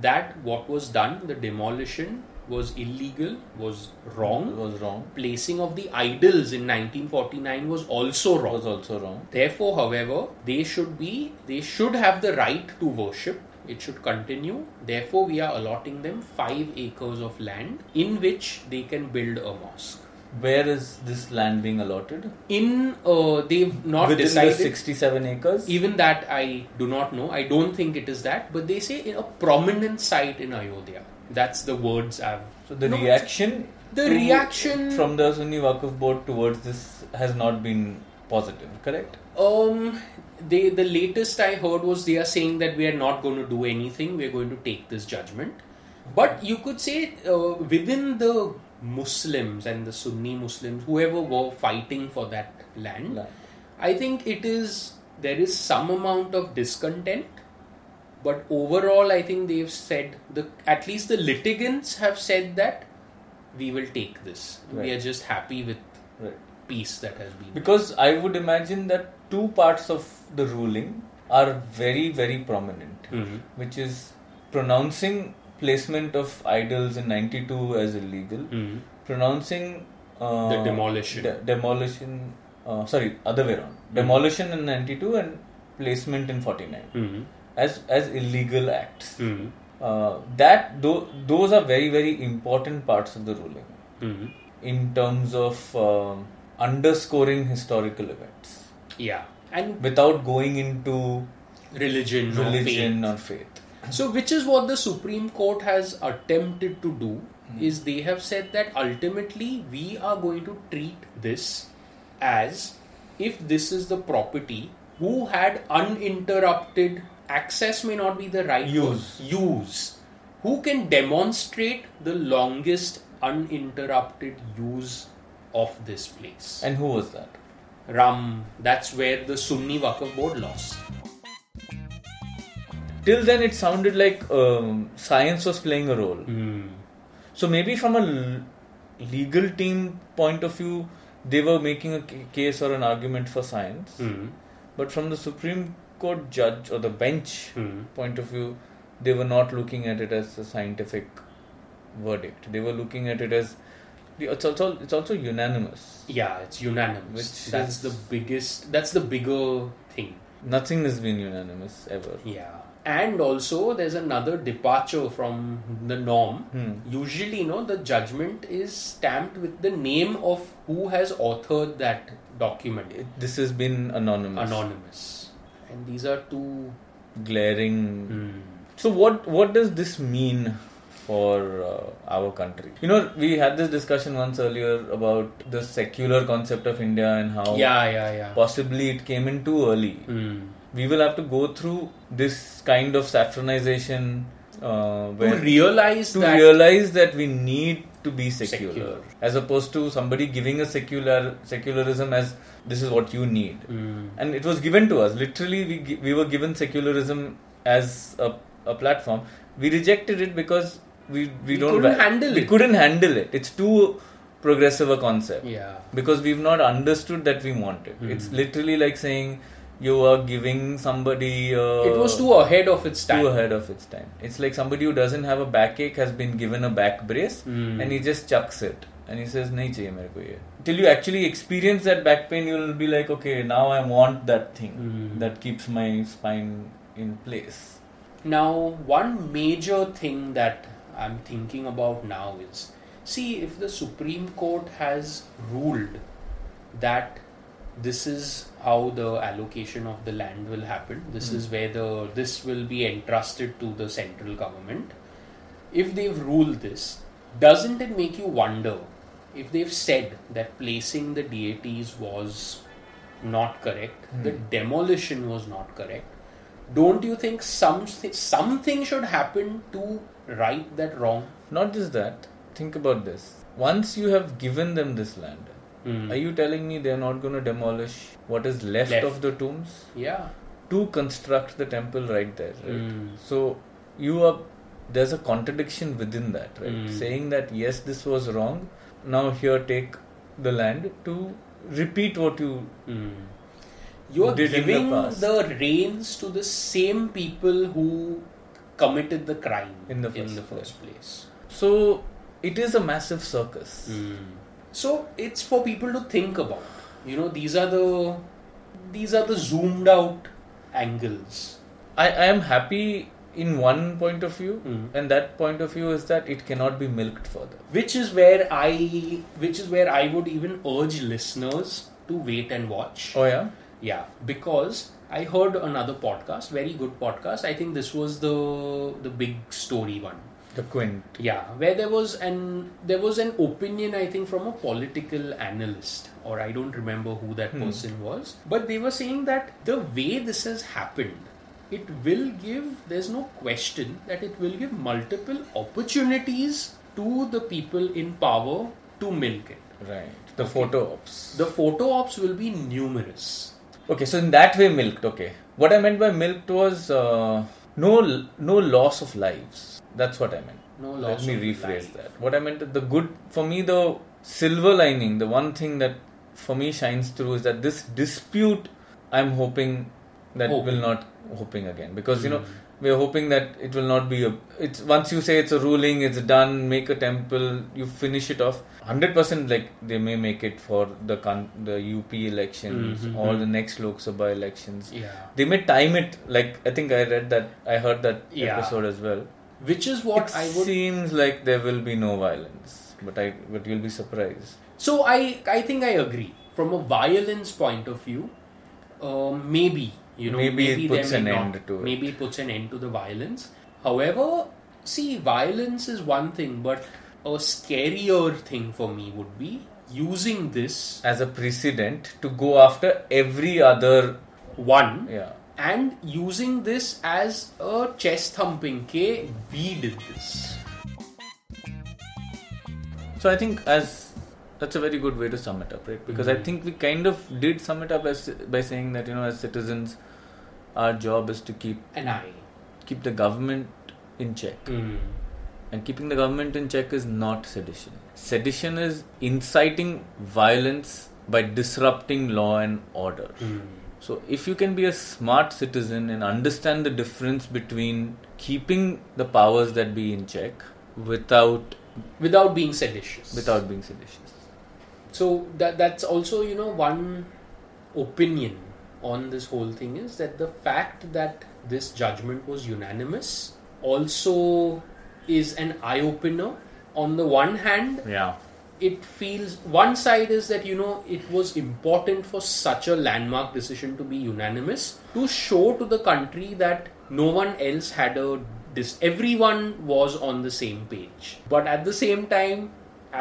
C: that what was done, the demolition, was illegal, was
D: it
C: wrong.
D: was wrong.
C: Placing of the idols in 1949 was also wrong.
D: Was also wrong.
C: Therefore, however, they should be they should have the right to worship. It should continue. Therefore, we are allotting them five acres of land in which they can build a mosque.
D: Where is this land being allotted?
C: In uh, they've not
D: Within
C: decided
D: the 67 acres.
C: even that I do not know. I don't think it is that, but they say a prominent site in Ayodhya. That's the words I've.
D: So the
C: No,
D: reaction,
C: the reaction-
D: from the Sunni Wakaf board towards this has not been positive, correct?
C: Um, they the latest I heard was they are saying that we are not going to do anything. We are going to take this judgment. But you could say uh, within the Muslims and the Sunni Muslims, whoever were fighting for that land,
D: Land.
C: I think it is there is some amount of discontent. But overall, I think they've said the at least the litigants have said that we will take this. We
D: Right.
C: are just happy with
D: Right.
C: peace that has been.
D: Because I would imagine that two parts of the ruling are very, very prominent,
C: Hmm. Mm-hmm.
D: which is pronouncing placement of idols in 92 as illegal, pronouncing uh,
C: Hmm. The demolition. Hmm.
D: de- demolition, uh, sorry, other way around, demolition in 92 and placement in 49
C: Hmm.
D: as, as illegal acts. Uh, that tho- those are very very important parts of the ruling
C: Hmm.
D: in terms of um underscoring historical events
C: yeah, and
D: without going into
C: religion, or faith.
D: religion or faith.
C: So, which is what the Supreme Court has attempted to do
D: Hmm.
C: is they have said that ultimately we are going to treat this as if this is the property who had uninterrupted access may not be the right word.
D: Use.
C: use who can demonstrate the longest uninterrupted use of this place
D: And who was that?
C: ram that's where the sunni waqf board lost
D: Till then, it sounded like um, science was playing a role. So maybe from a l- legal team point of view, they were making a ca- case or an argument for science.
C: Hmm.
D: But from the Supreme Court judge or the bench
C: Hmm.
D: point of view, they were not looking at it as a scientific verdict. They were looking at it as the- it's also it's also unanimous.
C: Yeah, it's unanimous.
D: Which
C: that's
D: is-
C: the biggest. That's the bigger thing.
D: Nothing has been unanimous ever.
C: Yeah. And also, there's another departure from the norm.
D: Hmm.
C: Usually, you know, the judgment is stamped with the name of who has authored that document.
D: It, this has been anonymous.
C: Anonymous. And these are two.
D: glaring.
C: Hmm.
D: So what what does this mean for uh, our country? You know, we had this discussion once earlier about the secular concept of India and how
C: Yeah, yeah, yeah. Hmm.
D: possibly it came in too early. We will have to go through this kind of saffronization uh,
C: To
D: where
C: realize
D: to
C: that.
D: realize that we need to be secular,
C: Secular.
D: as opposed to somebody giving a secular secularism as this is what you need
C: Mm.
D: and it was given to us literally we, gi- we were given secularism as a, a platform we rejected it because we we,
C: We
D: don't
C: couldn't
D: va-
C: handle
D: we
C: it.
D: couldn't handle it it's too progressive a concept
C: Yeah.
D: because we've not understood that we want
C: Hmm.
D: it it's literally like saying you are giving somebody uh,
C: It was too ahead of its time.
D: too ahead of its time. It's like somebody who doesn't have a backache has been given a back brace
C: Hmm.
D: and he just chucks it and he says, Nahi chahiye mere ko ye. Till you actually experience that back pain, you'll be like, okay, now I want that thing
C: Hmm.
D: that keeps my spine in place.
C: Now, one major thing that I'm thinking about now is see, if the Supreme Court has ruled that this is how the allocation of the land will happen, this is where the this will be entrusted to the central government. If they've ruled this, doesn't it make you wonder if they've said that placing the deities was not correct,
D: Hmm.
C: the demolition was not correct? don't you think something something should happen to right that wrong
D: Not just that, think about this. Once you have given them this land, are you telling me they're not going to demolish what is left,
C: Left.
D: of the tombs?
C: yeah
D: to construct the temple right there right?
C: Hmm.
D: so you are there's a contradiction within that right saying that yes this was wrong now here take the land to repeat what you
C: Hmm. you're
D: Did in the
C: giving the,
D: past.
C: reins to the same people who committed the crime
D: In the first
C: place
D: so it is a massive circus
C: Hmm. so it's for people to think about you know these are the these are the zoomed out angles
D: I, I am happy in one point of view and that point of view is that it cannot be milked further
C: which is where i which is where i would even urge listeners to wait and watch
D: oh yeah
C: Yeah, because I heard another podcast, very good podcast. I think this was the the big story one. quint.
D: The Quint.
C: Yeah, where there was an there was an opinion I think from a political analyst or I don't remember who that person was, but they were saying that the way this has happened, it will give there's no question that it will give multiple opportunities to the people in power to milk it.
D: Right. The photo ops.
C: The photo ops will be numerous.
D: Okay, so in that way, milked. Okay, what I meant by milked was uh, no l- no loss of lives. That's what I meant.
C: No
D: Let
C: loss
D: me
C: of
D: rephrase
C: life.
D: that. What I meant the good for me the silver lining, the one thing that for me shines through is that this dispute. I'm hoping that
C: Hoping. Hmm.
D: will not hoping again because you know we're hoping that it will not be a. It's once you say it's a ruling, it's done. Make a temple, you finish it off. Hundred percent, like they may make it for the con- the UP elections or the next Lok Sabha elections.
C: Mm-hmm. Yeah.
D: They may time it like I think I read that I heard that
C: Yeah.
D: episode as well.
C: Which is what
D: It
C: I would
D: seems like there will be no violence, but I but you'll be surprised.
C: So I I think I agree from a violence point of view. Uh, maybe you know
D: Maybe it
C: there
D: puts
C: may
D: an
C: not-
D: end to it.
C: Maybe it puts an end to the violence. However, see, violence is one thing, but a scarier thing for me would be using this
D: As a precedent to go after every other
C: one
D: yeah.
C: and using this as a chest thumping. K, we did this.
D: So I think as that's a very good way to sum it up, right?
C: Mm-hmm.
D: Because I think we kind of did sum it up as by saying that you know as citizens, our job is to keep
C: And I.
D: keep the government in check, and keeping the government in check is not sedition. Sedition is inciting violence by disrupting law and order. So if you can be a smart citizen and understand the difference between keeping the powers that be in check without
C: Without being seditious.
D: without being seditious.
C: So that that's also you know one opinion on this whole thing is that the fact that this judgment was unanimous also is an eye opener. On the one hand,
D: Yeah.
C: it feels one side is that you know it was important for such a landmark decision to be unanimous to show to the country that no one else had a dis everyone was on the same page but at the same time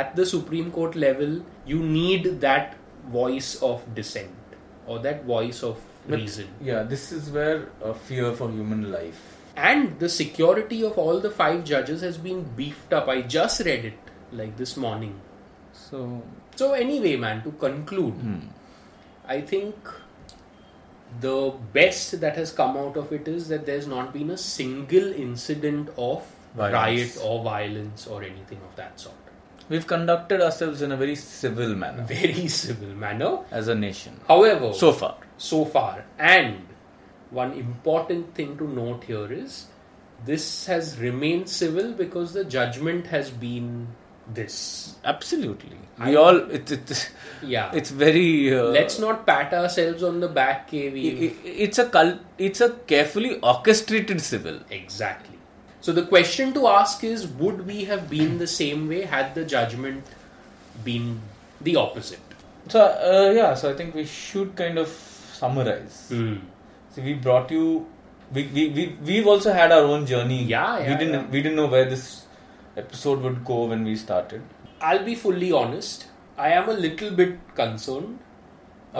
C: at the supreme court level you need that voice of dissent or that voice of reason
D: Yeah, this is where a fear for human life.
C: and the security of all the five judges has been beefed up i just read it like this morning
D: So
C: So anyway, man, to conclude,
D: Hmm.
C: I think the best that has come out of it is that there's not been a single incident of
D: Violence.
C: riot or violence or anything of that sort.
D: we've conducted ourselves in a very civil manner
C: Very civil manner.
D: as a nation.
C: However,
D: So far.
C: so far, and one important thing to note here is this has remained civil because the judgment has been this.
D: Absolutely. We all it's it's
C: Yeah.
D: it's very uh,
C: Let's not pat ourselves on the back, KV.
D: i- i- it's a cult, it's a carefully orchestrated civil.
C: Exactly. So the question to ask is would we have been the same way had the judgment been the opposite?
D: So uh, yeah, so I think we should kind of summarize. So we brought you. We, we, we, we've also had our own journey.
C: Yeah, yeah,
D: We didn't
C: yeah.
D: we didn't know where this episode would go when we started.
C: I'll be fully honest. I am a little bit concerned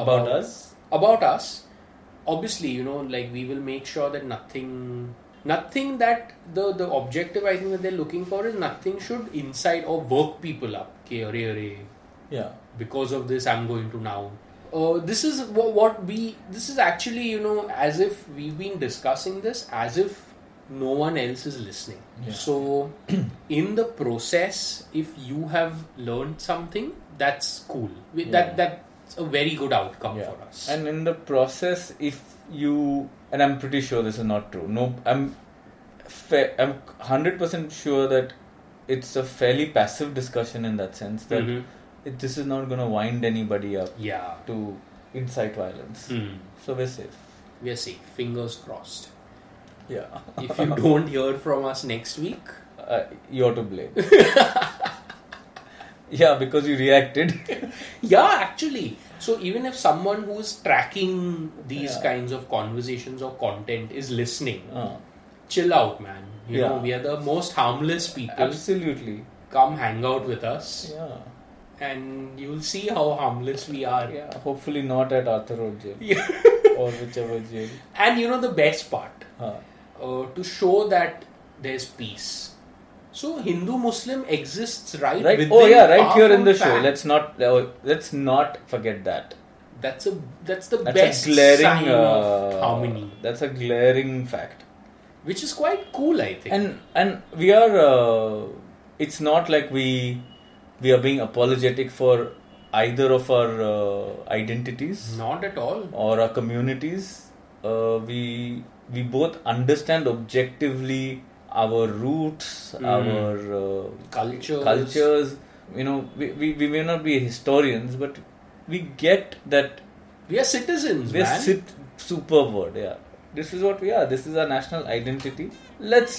D: About us?
C: About us. Obviously, you know, like we will make sure that nothing nothing that the the objective I think that they're looking for is nothing should incite or work people up. Okay, array, array.
D: Yeah.
C: because of this i'm going to now uh, this is wha- what we this is actually you know as if we've been discussing this as if no one else is listening so in the process if you have learned something that's cool We- that that's a very good outcome
D: yeah.
C: for us
D: And in the process, if you and I'm pretty sure this is not true. No, I'm fa- I'm hundred percent sure that it's a fairly passive discussion in that sense that
C: Mm-hmm.
D: it, this is not going to wind anybody up
C: yeah
D: to incite violence.
C: Mm-hmm.
D: So we're safe.
C: we're safe fingers crossed
D: Yeah,
C: if you don't hear from us next week
D: uh, you're to blame. yeah, because you reacted.
C: Yeah, actually. So even if someone who is tracking these
D: Yeah.
C: kinds of conversations or content is listening,
D: Uh,
C: chill out, man. You
D: Yeah.
C: know, we are the most harmless people.
D: Absolutely.
C: Come hang out with us,
D: Yeah.
C: and you'll see how harmless we are.
D: Yeah. Hopefully not at Arthur Road jail
C: Yeah.
D: or whichever jail.
C: and you know the best part
D: Huh.
C: uh, to show that there's peace. So Hindu Muslim exists right.
D: Right.
C: within
D: Oh yeah. Right
C: far
D: here in
C: from
D: the show.
C: fact.
D: Let's not. Uh, let's not forget that.
C: That's a that's the
D: That's
C: best
D: a glaring
C: sign
D: uh,
C: of harmony,
D: That's a glaring fact.
C: which is quite cool, I think.
D: And and we are. Uh, it's not like we we are being apologetic for either of our uh, identities
C: not at all.
D: or our communities. Uh, we we both understand objectively our roots,
C: Hmm.
D: our uh,
C: Culture,
D: cultures. You know, we, we, we may not be historians, but we get that
C: We are citizens,
D: we're
C: man.
D: sit super word. Yeah, this is what we are. This is our national identity. Let's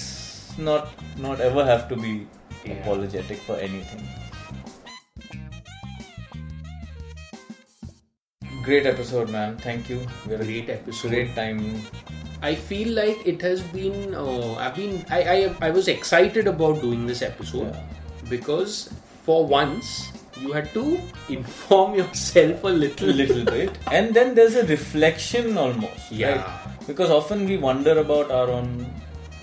D: not not ever have to be apologetic for anything. Great episode, man. Thank you. We had a
C: Great episode.
D: Great time.
C: I feel like it has been. Uh, I've been. I, I I was excited about doing this episode
D: Yeah.
C: because for once you had to inform yourself a little.
D: little bit and then there's a reflection almost
C: Yeah.
D: right? because often we wonder about our own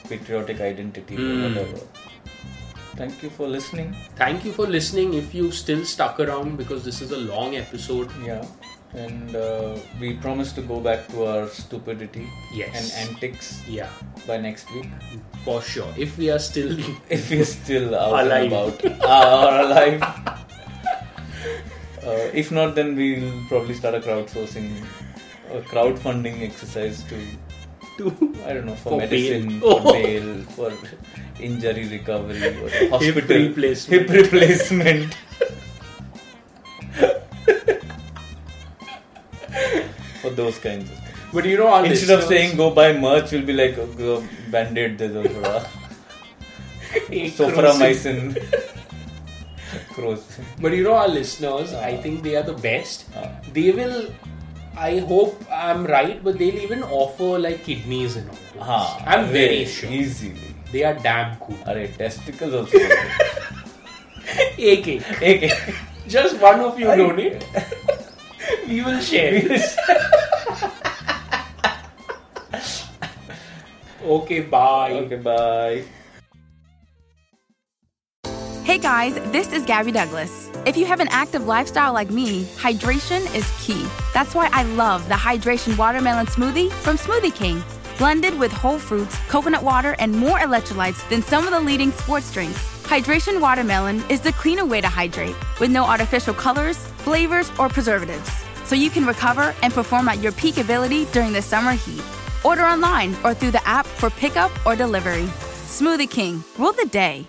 D: patriotic identity
C: Hmm.
D: or whatever thank you for listening
C: Thank you for listening. If you still stuck around because this is a long episode.
D: yeah and uh, we promise to go back to our stupidity
C: Yes.
D: and antics
C: Yeah,
D: by next week
C: for sure. If we are still,
D: if we're still out and
C: Alive.
D: about uh, or alive Uh, if not, then we'll probably start a crowdsourcing, a crowdfunding exercise to
C: to
D: I don't know for,
C: For
D: medicine,
C: bail.
D: for bail, for injury recovery, or hospital
C: replacement.
D: hip replacement. for those kinds of things.
C: but you know, our
D: Instead of
C: listeners-
D: saying go buy merch, we'll be like oh, go band-aid de do thoda. Soframycin. Crows.
C: But you know, our listeners, I think they are the best.
D: Ah.
C: They will, I hope I'm right, but they'll even offer like kidneys and all. this.
D: Ah,
C: I'm very
D: hey,
C: sure.
D: Easily.
C: They are damn cool.
D: Are testicles also.
C: Ek ek.
D: Okay.
C: Just one of you donate. we will share. okay, bye.
D: okay, bye.
E: Hey guys, this is Gabby Douglas. If you have an active lifestyle like me, hydration is key. That's why I love the Hydration Watermelon Smoothie from Smoothie King. Blended with whole fruits, coconut water, and more electrolytes than some of the leading sports drinks, Hydration Watermelon is the cleaner way to hydrate with no artificial colors, flavors, or preservatives. So you can recover and perform at your peak ability during the summer heat. Order online or through the app for pickup or delivery. Smoothie King, rule the day.